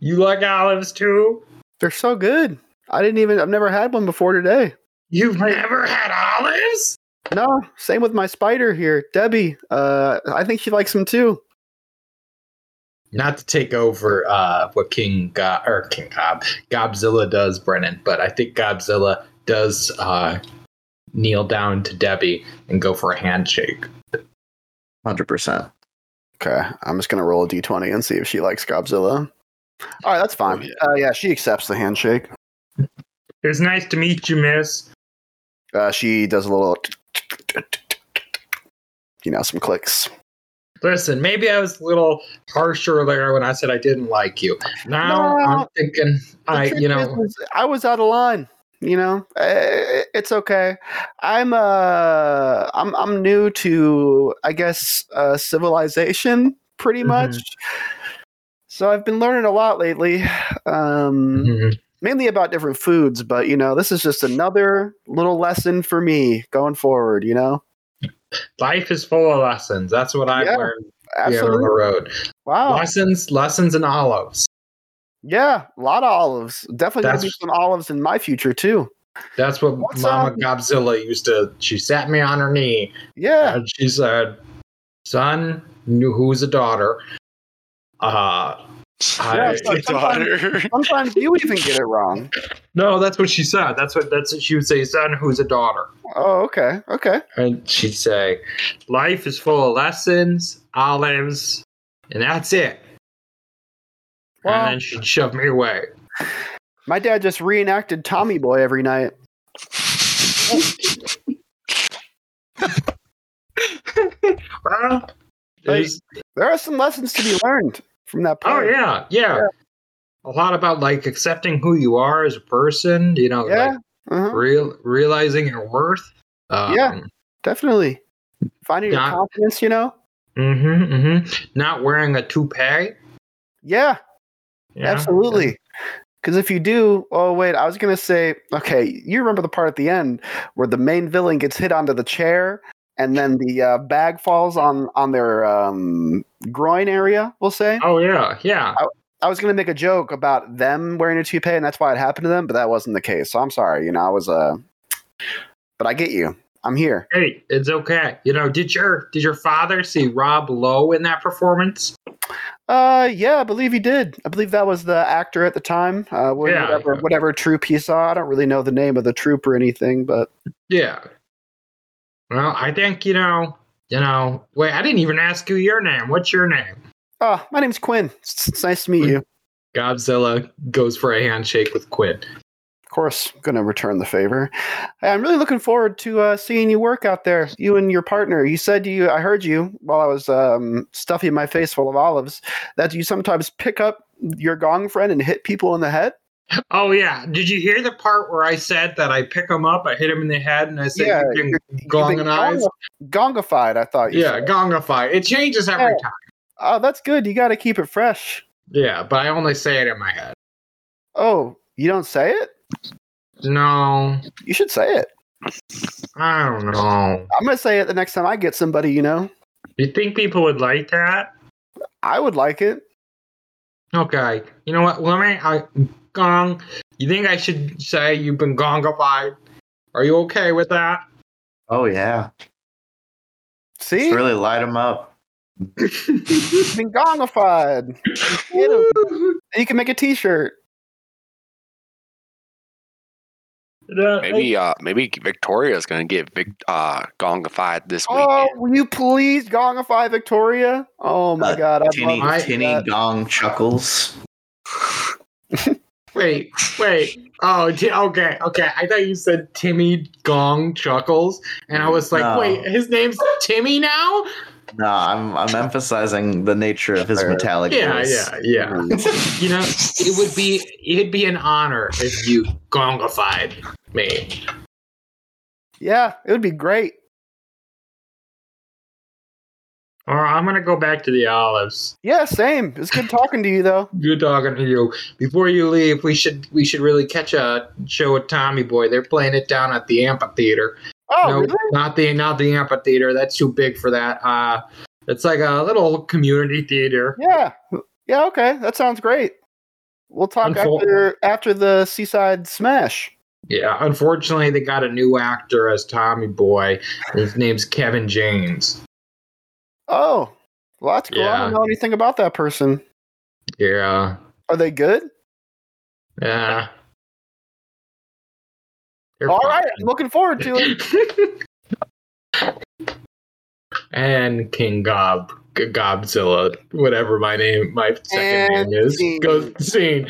you like olives too?
They're so good. I didn't even. I've never had one before today.
You've never had olives?
No, same with my spider here, Debbie. Uh, I think she likes them too.
Not to take over uh, what King Go- or King Gob Godzilla does, Brennan, but I think Godzilla does uh, kneel down to Debbie and go for a handshake.
Hundred percent.
Okay, I'm just gonna roll a d20 and see if she likes Godzilla. All right, that's fine.
Oh,
Uh, yeah, she accepts the handshake.
It was nice to meet you, Miss.
Uh, she does a little, you know, some clicks.
Listen, maybe I was a little harsh earlier when I said I didn't like you. Now
No.
I'm thinking, I
The
you
truth
know,
is, is I was out of line. You know, Eh, it's okay. I'm uh, I'm I'm new to, I guess, uh, civilization, pretty
Mhm.
much. So I've been learning a lot lately, um,
mhm.
mainly about different foods. But you know, this is just another little lesson for me going forward. You know,
life is full of lessons. That's what I
Yeah,
learned here on
absolutely. Oh.
the road.
Wow.
Lessons, lessons, and olives.
Yeah, a lot of olives. Definitely gonna be
That's-
some olives in my future too.
That's what
What's
Mama
up?
Godzilla used to. She sat me on her knee
Yeah.
and she said, "Son, knew who's a daughter." Uh,
Yeah,
I,
it's like- Sometimes you even get it wrong.
no, that's what she said. That's what that's what she would say. Son, who's a daughter.
Oh, okay. Okay.
And she'd say, Life is full of lessons, olives, and that's it.
Well,
and then she'd shove me away.
my dad just reenacted Tommy Boy every night.
Well, there's-
There are some lessons to be learned from that
oh,
part.
yeah, yeah. A lot about like accepting who you are as a person, you know,
Yeah.
like
Uh-huh.
real, realizing your worth. Um,
Yeah. Definitely. Finding your
Yeah.
confidence, you know?
hmm hmm Not wearing a toupee.
Yeah,
Yeah.
absolutely. Because if you do, oh, wait, I was going to say, okay, you remember the part at the end where the main villain gets hit onto the chair and then the uh, bag falls on, on their um, groin area, we'll say?
Oh, yeah, yeah.
I was going to make a joke about them wearing a toupee, and that's why it happened to them, but that wasn't the case. So I'm sorry. You know, I was uh, but I get you. I'm here.
Hey, it's okay. You know, did your did your father see Rob Lowe in that performance?
Uh, yeah, I believe he did. I believe that was the actor at the time. Uh, wh-
Yeah,
whatever,
yeah.
whatever troop he saw. I don't really know the name of the troop or anything, but
Yeah. Well, I think you know, you know. Wait, I didn't even ask you your name. What's your name?
oh, my name's Quinn. It's, it's nice to meet you. Of
Godzilla goes for a handshake with Quinn.
course, I'm gonna return the favor. Hey, I'm really looking forward to uh, seeing you work out there. You and your partner. You said you. I heard you while I was um, stuffing my face full of olives. That you sometimes pick up your gong friend and hit people in the head.
Oh yeah, did you hear the part where I said that I pick him up, I hit him in the head, and I said,
Yeah,
"You
you're-
can
You've
gong
been
an eyes."
gonga- Gongified, I thought. You
Yeah,
Said.
gongify. It changes every
Yeah.
time.
Oh, that's good. You got to keep it fresh.
Yeah, but I only say it in my head.
Oh, you don't say it?
No,
You should say it.
I don't know.
I'm gonna say it the next time I get somebody. You know,
You think people would like that?
I would like it.
Okay. You know what? Let me. I gong. You think I should say you've been gongified? Are you okay with that?
Oh yeah,
See,
Just really light him up.
You've been gongified. Get 'em. And you can make a T-shirt.
No,
Maybe uh maybe Victoria's gonna get Vic, uh gongified this week.
Oh, will you please gongify Victoria? Oh my
Uh,
god, I'd
Tinny,
love to see
tinny
that.
gong chuckles.
Wait, wait. Oh, t- okay, okay. I thought you said Timmy Gong Chuckles, and I was like,
No.
wait, his name's Timmy now?
No, I'm I'm emphasizing the nature of his
Fair.
metallic
Yeah,
voice.
yeah, yeah. You know, it would be it'd be an honor if you gongified me.
Yeah, it would be great.
Or I'm gonna go back to the olives.
Yeah, same. It's good talking to you though.
Good talking to you. Before you leave, we should we should really catch a show with Tommy Boy. They're playing it down at the amphitheater.
Oh,
no,
really?
not the not the amphitheater. That's too big for that. Uh it's like a little community theater.
Yeah. Yeah, okay. That sounds great. We'll talk
Unfo-
after after the Seaside Smash.
Yeah, unfortunately, they got a new actor as Tommy Boy. His name's Kevin James.
Oh. Well, that's cool. I
Yeah.
don't know anything about that person.
Yeah,
Are they good?
yeah. They're
All
fine.
right, I'm looking forward to it.
and King Gob, G- Gobzilla, whatever my name, my second
And
name is,
scene.
goes scene.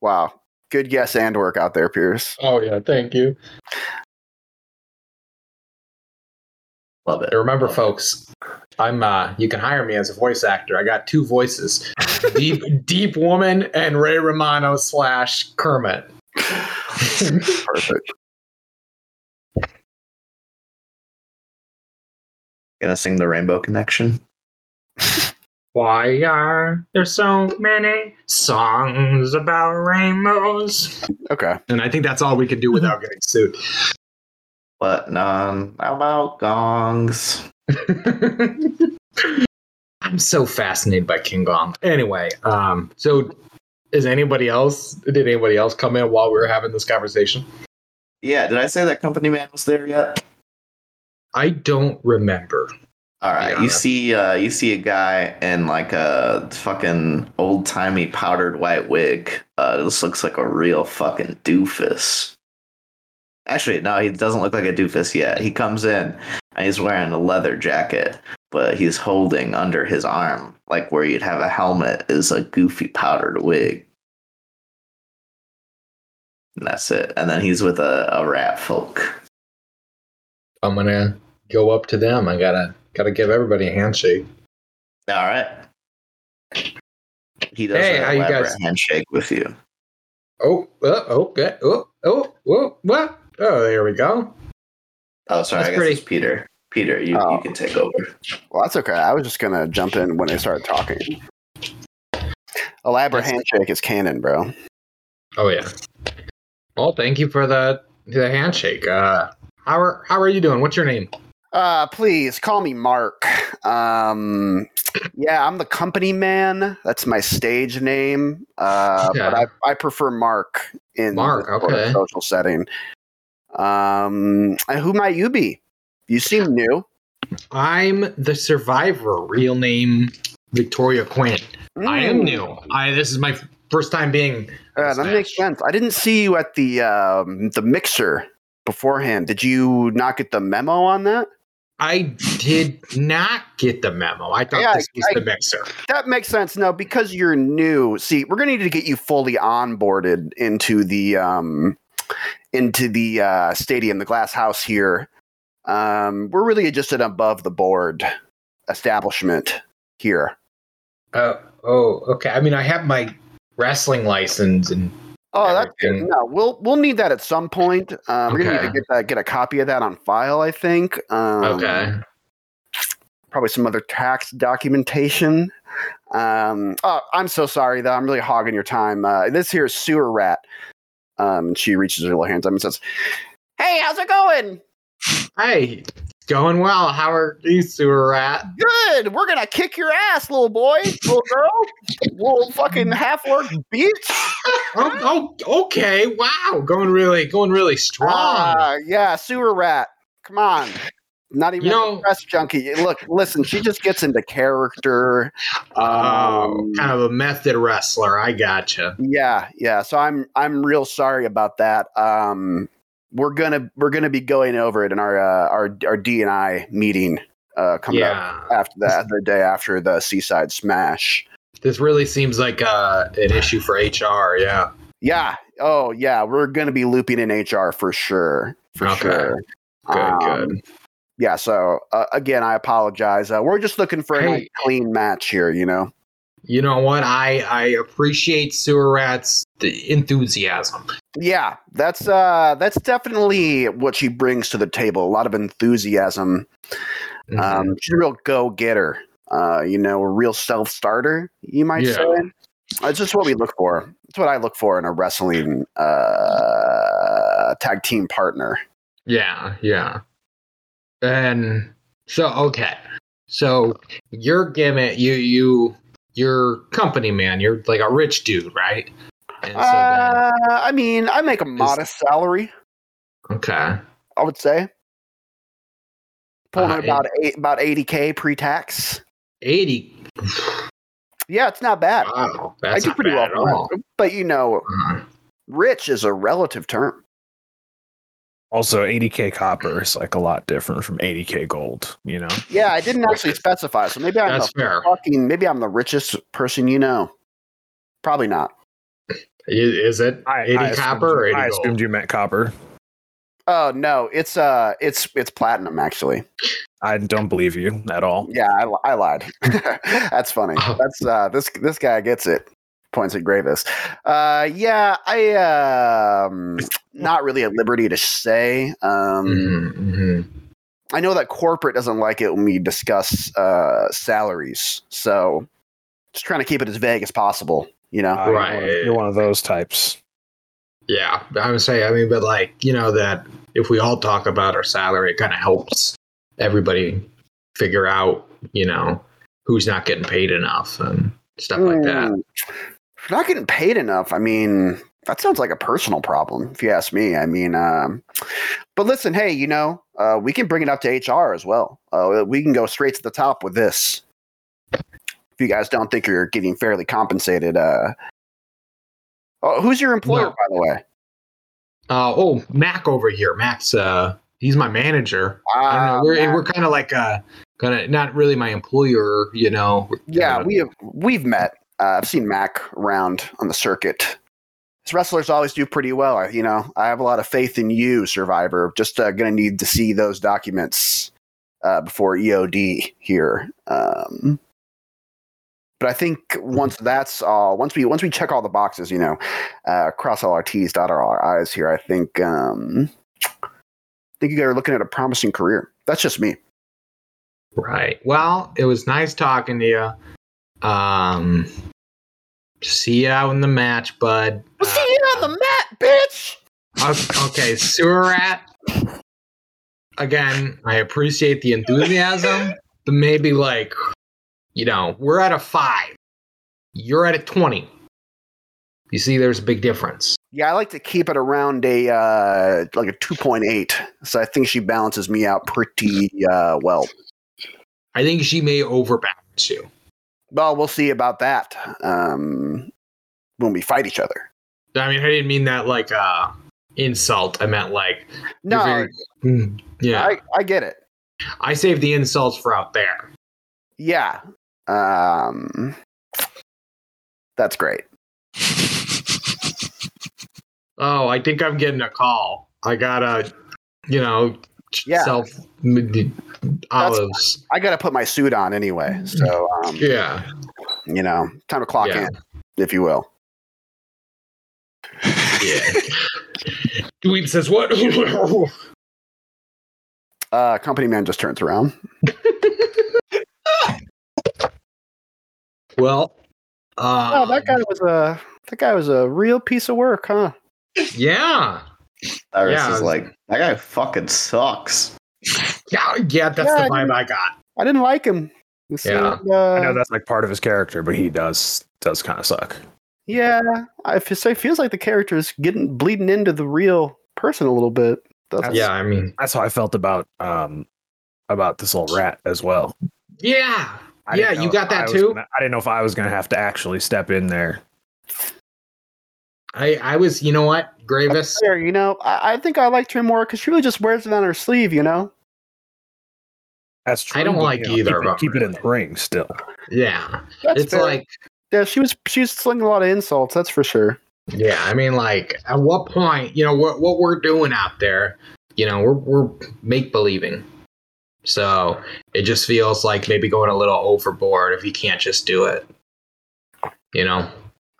Wow. Good guess and work out there, Pierce.
Oh yeah, thank you.
Love it.
And remember, folks, I'm. uh You can hire me as a voice actor. I got two voices: deep, deep woman, and Ray Romano slash Kermit.
Perfect.
Gonna sing the Rainbow Connection.
Why are there so many songs about rainbows?
Okay.
And I think that's all we can do without getting sued.
But none about gongs.
I'm so fascinated by King Kong. Anyway, um, so is anybody else? Did anybody else come in while we were having this conversation?
Yeah, did I say that company man was there yet?
I don't remember.
All right,
Yeah.
you see, uh, you see a guy in like a fucking old timey powdered white wig. Uh, this looks like a real fucking doofus. Actually, no, he doesn't look like a doofus yet. He comes in and he's wearing a leather jacket, but he's holding under his arm, like where you'd have a helmet, is a goofy powdered wig. And that's it. And then he's with a, a rat folk.
I'm gonna go up to them. I gotta gotta give everybody a handshake.
All right. He does
Hey,
an
how you
elaborate
guys-
handshake with you.
Oh, oh, oh, yeah, oh, oh, oh, what? Oh, there we go.
Oh, sorry,
That's
I guess
pretty-
it's Peter. Peter, you,
Oh.
you can take over.
Well, that's okay. I was just gonna jump in when they started talking. Elaborate handshake is canon, bro.
Oh yeah. Well, thank you for the the handshake. Uh, how are how are you doing? What's your name?
Uh, please call me Mark. Um, yeah, I'm the company man. That's my stage name. Uh,
Okay.
but I, I prefer Mark in
Mark,
this sort of
okay.
social setting. Um, and who might you be? You seem new.
I'm the survivor. Real name Victoria Quinn. I am
Mm.
new. I this is my first time being.
Yeah, that makes sense. I didn't see you at the um, the mixer beforehand. Did you not get the memo on that?
I did not get the memo. I thought
Yeah,
this was
I-
the mixer.
That makes sense. No, because you're new. See, we're gonna need to get you fully onboarded into the um, into the uh, stadium, the glass house here. Um, we're really just an above the board establishment here.
Oh, oh, okay. I mean, I have my wrestling license and
Oh, that's good.
Everything.
No, we'll we'll need that at some point. Um, We're gonna need to
Okay.
get that, get a copy of that on file. I think. Um,
okay.
probably some other tax documentation. Um, oh, I'm so sorry though. I'm really hogging your time. Uh, this here is sewer rat. Um, and she reaches her little hands up and says, "Hey, how's it going?
Hey, it's going well. How are you, sewer rat?
Good. We're gonna kick your ass, little boy, little girl, little fucking half orc bitch."
Oh, oh, okay.
Uh,
Wow, going really, going really strong.
Ah, yeah, sewer rat. Come on. Not even
You
a
know-
press junkie. Look, listen, she just gets into character.
Oh,
Um,
kind of a method wrestler. I gotcha.
Yeah, yeah. So I'm I'm real sorry about that. Um, we're gonna we're gonna be going over it in our uh, our our D and I meeting uh, coming up
yeah,
after that the day after the Seaside Smash.
this really seems like uh, an issue for HR. Yeah,
Yeah. Oh yeah, we're gonna be looping in HR for sure. For
Okay.
sure.
good,
Um,
good.
Yeah. So uh, again, I apologize. Uh, we're just looking for a
Hey.
nice, clean match here. You know.
You know what? I I appreciate sewer rats' the enthusiasm.
Yeah, that's uh, that's definitely what she brings to the table. A lot of enthusiasm.
Mm-hmm.
Um, she's a real go getter. Uh, you know, a real self starter. You might
Yeah.
say. Uh, It's just what we look for. It's what I look for in a wrestling uh, tag team partner.
Yeah, yeah. And so okay. So your gimmick you you your company man, you're like a rich dude, right? And so then,
uh, I mean, I make a modest salary.
okay.
I would say. Pulling
Uh,
in about eight, about eighty k pre tax.
80.
Yeah, it's not bad.
Wow.
I
That's
do
not
pretty well
bad at
for that.
all.
But you know,
Uh-huh.
rich is a relative term.
Also, 80k copper is like a lot different from 80k gold. You know,
Yeah, I didn't actually specify, so maybe I'm
That's
the
fair.
fucking maybe I'm the richest person you know. Probably not.
I- Is it 80 copper or 80
I
gold?
assumed you meant copper.
Oh no, it's uh, it's it's platinum actually.
I don't believe you at all.
Yeah, I, li- I lied. That's funny.
Oh.
That's uh, this this guy gets it. Points at Gravis. Uh, yeah, I um, not really at liberty to say. Um,
Mhm, mhm.
I know that corporate doesn't like it when we discuss uh, salaries, so just trying to keep it as vague as possible. You know,
Uh, you're one of-
Right.
you're one of those types.
Yeah, I would say I mean but like, you know that if we all talk about our salary, it kind of helps everybody figure out, you know, who's not getting paid enough and stuff like that.
Mm. If you're not getting paid enough, I mean, that sounds like a personal problem, if you ask me. I mean, um, but listen, hey, you know, uh, we can bring it up to HR as well. Uh, we can go straight to the top with this. If you guys don't think you're getting fairly compensated, uh, oh, who's your employer,
No.
by the way?
Uh, oh, Mac over here. Mac's uh, he's my manager. I don't know.
Uh,
We're we're kind of like uh, kind of not really my employer, you know.
yeah,
Uh,
we have we've met. Uh, I've seen Mac around on the circuit. His wrestlers always do pretty well. I- You know, I have a lot of faith in you, Survivor. Just uh, gonna need to see those documents uh, before EOD here. Um, but I think once that's all, once we once we check all the boxes, you know, uh, cross all our T's, dot all our I's here. I think um, I think you guys are looking at a promising career. That's just me.
right. Well, it was nice talking to you. Um, see you out in the match, bud.
We'll see you on the mat, bitch.
Uh, okay, sewer rat. Again, I appreciate the enthusiasm, but maybe like, you know, we're at a five. You're at a twenty. You see, there's a big difference.
Yeah, I like to keep it around a uh, like a two point eight. So I think she balances me out pretty uh, well.
I think she may overbalance you.
Well, we'll see about that um, when we fight each other.
I mean, I didn't mean that like uh insult. I meant like
No,
you're very- Mm, yeah. I,
I, I get it.
saved the insults for out there.
Yeah, um, that's great.
Oh, I think I'm getting a call. I gotta, you know,
Yeah.
self m- d- olives.
I got to put my suit on anyway, so um,
Yeah.
you know, time to clock
Yeah.
in, if you will.
Yeah. Dweeb says what?
Uh, company man just turns around.
well, uh,
Oh, that guy was a that guy was a real piece of work, huh?
yeah.
Iris
Yeah.
is like, that guy fucking sucks.
Yeah, yeah, that's
Yeah, I
the vibe I got.
I didn't like him. This
Yeah.
seemed, uh,
I know that's like part of his character, but he does does kind of suck.
Yeah, I feel, so it feels like the character is getting bleeding into the real person a little bit. That's
That's-
Yeah, I mean,
That's how I felt about um about this little rat as well.
Yeah.
I didn't
Yeah, you
know
got
if
that
I was
too?
gonna- I didn't know if I was going to have to actually step in there.
I, I was, you know what, Gravis?
There, you know, I, I think I liked her more because she really just wears it on her sleeve, you know?
That's true.
I don't
but,
like either
Keep,
of 'em,
it, keep it in the ring still.
Yeah.
That's
it's
fair.
like,
yeah, she was she was slinging a lot of insults, that's for sure.
yeah, I mean, like, at what point, you know, what, what we're doing out there, you know, we're, we're make believing. So it just feels like maybe going a little overboard if you can't just do it. You know?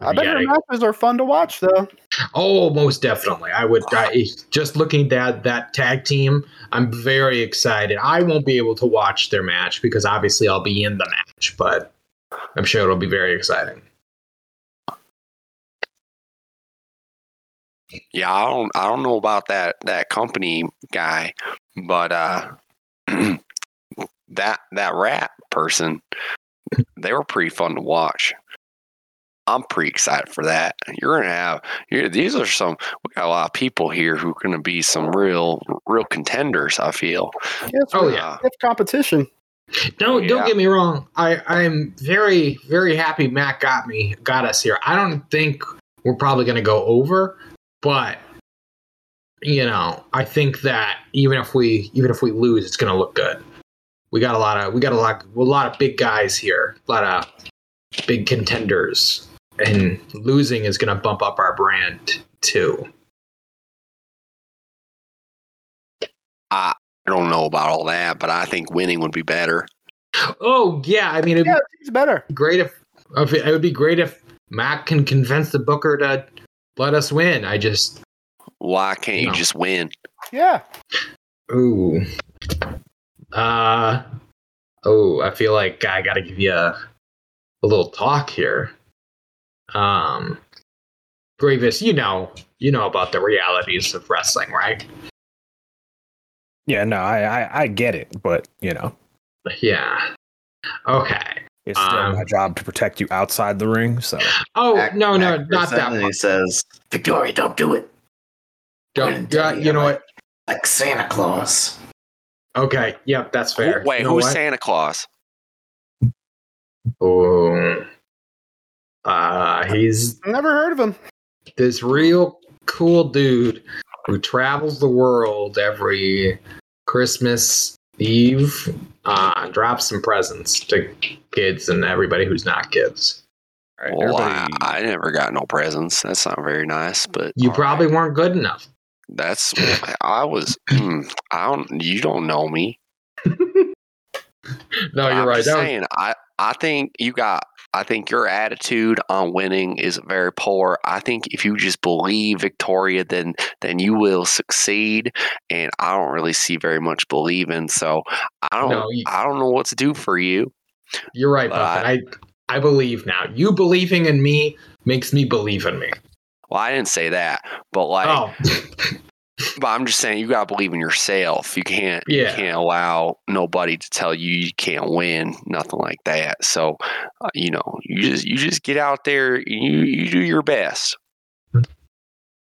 I bet her
Yeah.
matches are fun to watch, though.
Oh, most definitely. I would I, just looking at that tag team. I'm very excited. I won't be able to watch their match because obviously I'll be in the match, but I'm sure it'll be very exciting.
Yeah, I don't I don't know about that that company guy, but uh that that rat person, they were pretty fun to watch. I'm pretty excited for that. You're gonna have you're, these are some we got a lot of people here who are gonna be some real real contenders. I feel. Uh,
Yeah, it's
Oh,
really
yeah.
stiff competition.
Don't
Yeah.
don't get me wrong. I I'm very very happy Matt got me got us here. I don't think we're probably going to go over, but you know, I think that even if we even if we lose, it's going to look good. We got a lot of we got a lot a lot of big guys here, a lot of big contenders, and losing is going to bump up our brand too.
I don't know about all that, but I think winning would be better.
Oh yeah, I mean it'd be
Yeah, she's better.
great if, if it, it would be great if Mac can convince the Booker to let us win. I just
Why can't you
No.
just win?
Yeah.
ooh, uh, oh, I feel like I got to give you a, a little talk here. Um, Gravis, you know, you know about the realities of wrestling, right?
Yeah, no, I, I, I get it, but you know,
Yeah. Okay.
it's still
Um,
my job to protect you outside the ring. So
Oh
Mac-
no, no,
Mac
not
person,
that
And he
one.
says, Victoria, don't do it.
Don't, yeah, you know what?
Like Santa Claus.
Okay. Yep, that's fair.
Oh, Wait,
You know
who's
what?
Santa Claus?
Oh. Uh, he's
Never heard of him.
this real cool dude who travels the world every Christmas Eve uh, and drops some presents to kids and everybody who's not kids.
All right,
well, I,
everybody-
I never got no presents. That's not very nice. But
You
all
probably
right.
weren't good enough.
That's I was. mm, I don't. You don't know me.
No, Oh, you're
I'm
right.
just
That was-
saying. I I think you got. I think your attitude on winning is very poor. I think if you just believe Victoria, then then you will succeed. And I don't really see very much believing. So I don't.
No, you-
I don't know what to do for you.
you're right,
but
Buffett. I, I believe now. You believing in me makes me believe in me.
Well, I didn't say that, but like,
Oh,
but I'm just saying you gotta believe in yourself. You can't
yeah.
you can't allow nobody to tell you you can't win, nothing like that. So, uh, you know, you just you just get out there, you you do your best.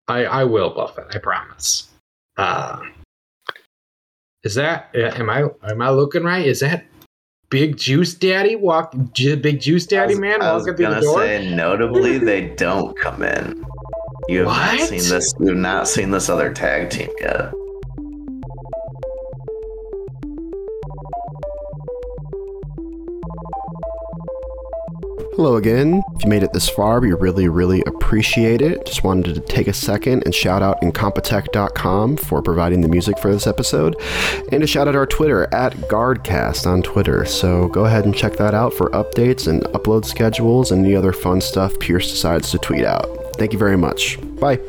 I, I will buff it. I promise. Uh, is that uh, am I am I looking right? Is that Big Juice Daddy walk? J- Big Juice
I
Daddy
was-
man
I was
walking through the
gonna
door?
say, notably, they don't come in. You have
What?
not seen this. You have not seen this other tag team yet.
Hello again. If you made it this far, we really, really appreciate it. Just wanted to take a second and shout out Incompetech.com for providing the music for this episode, and to shout out our Twitter at GuardCast on Twitter. So go ahead and check that out for updates and upload schedules and any other fun stuff Pierce decides to tweet out. Thank you very much. Bye.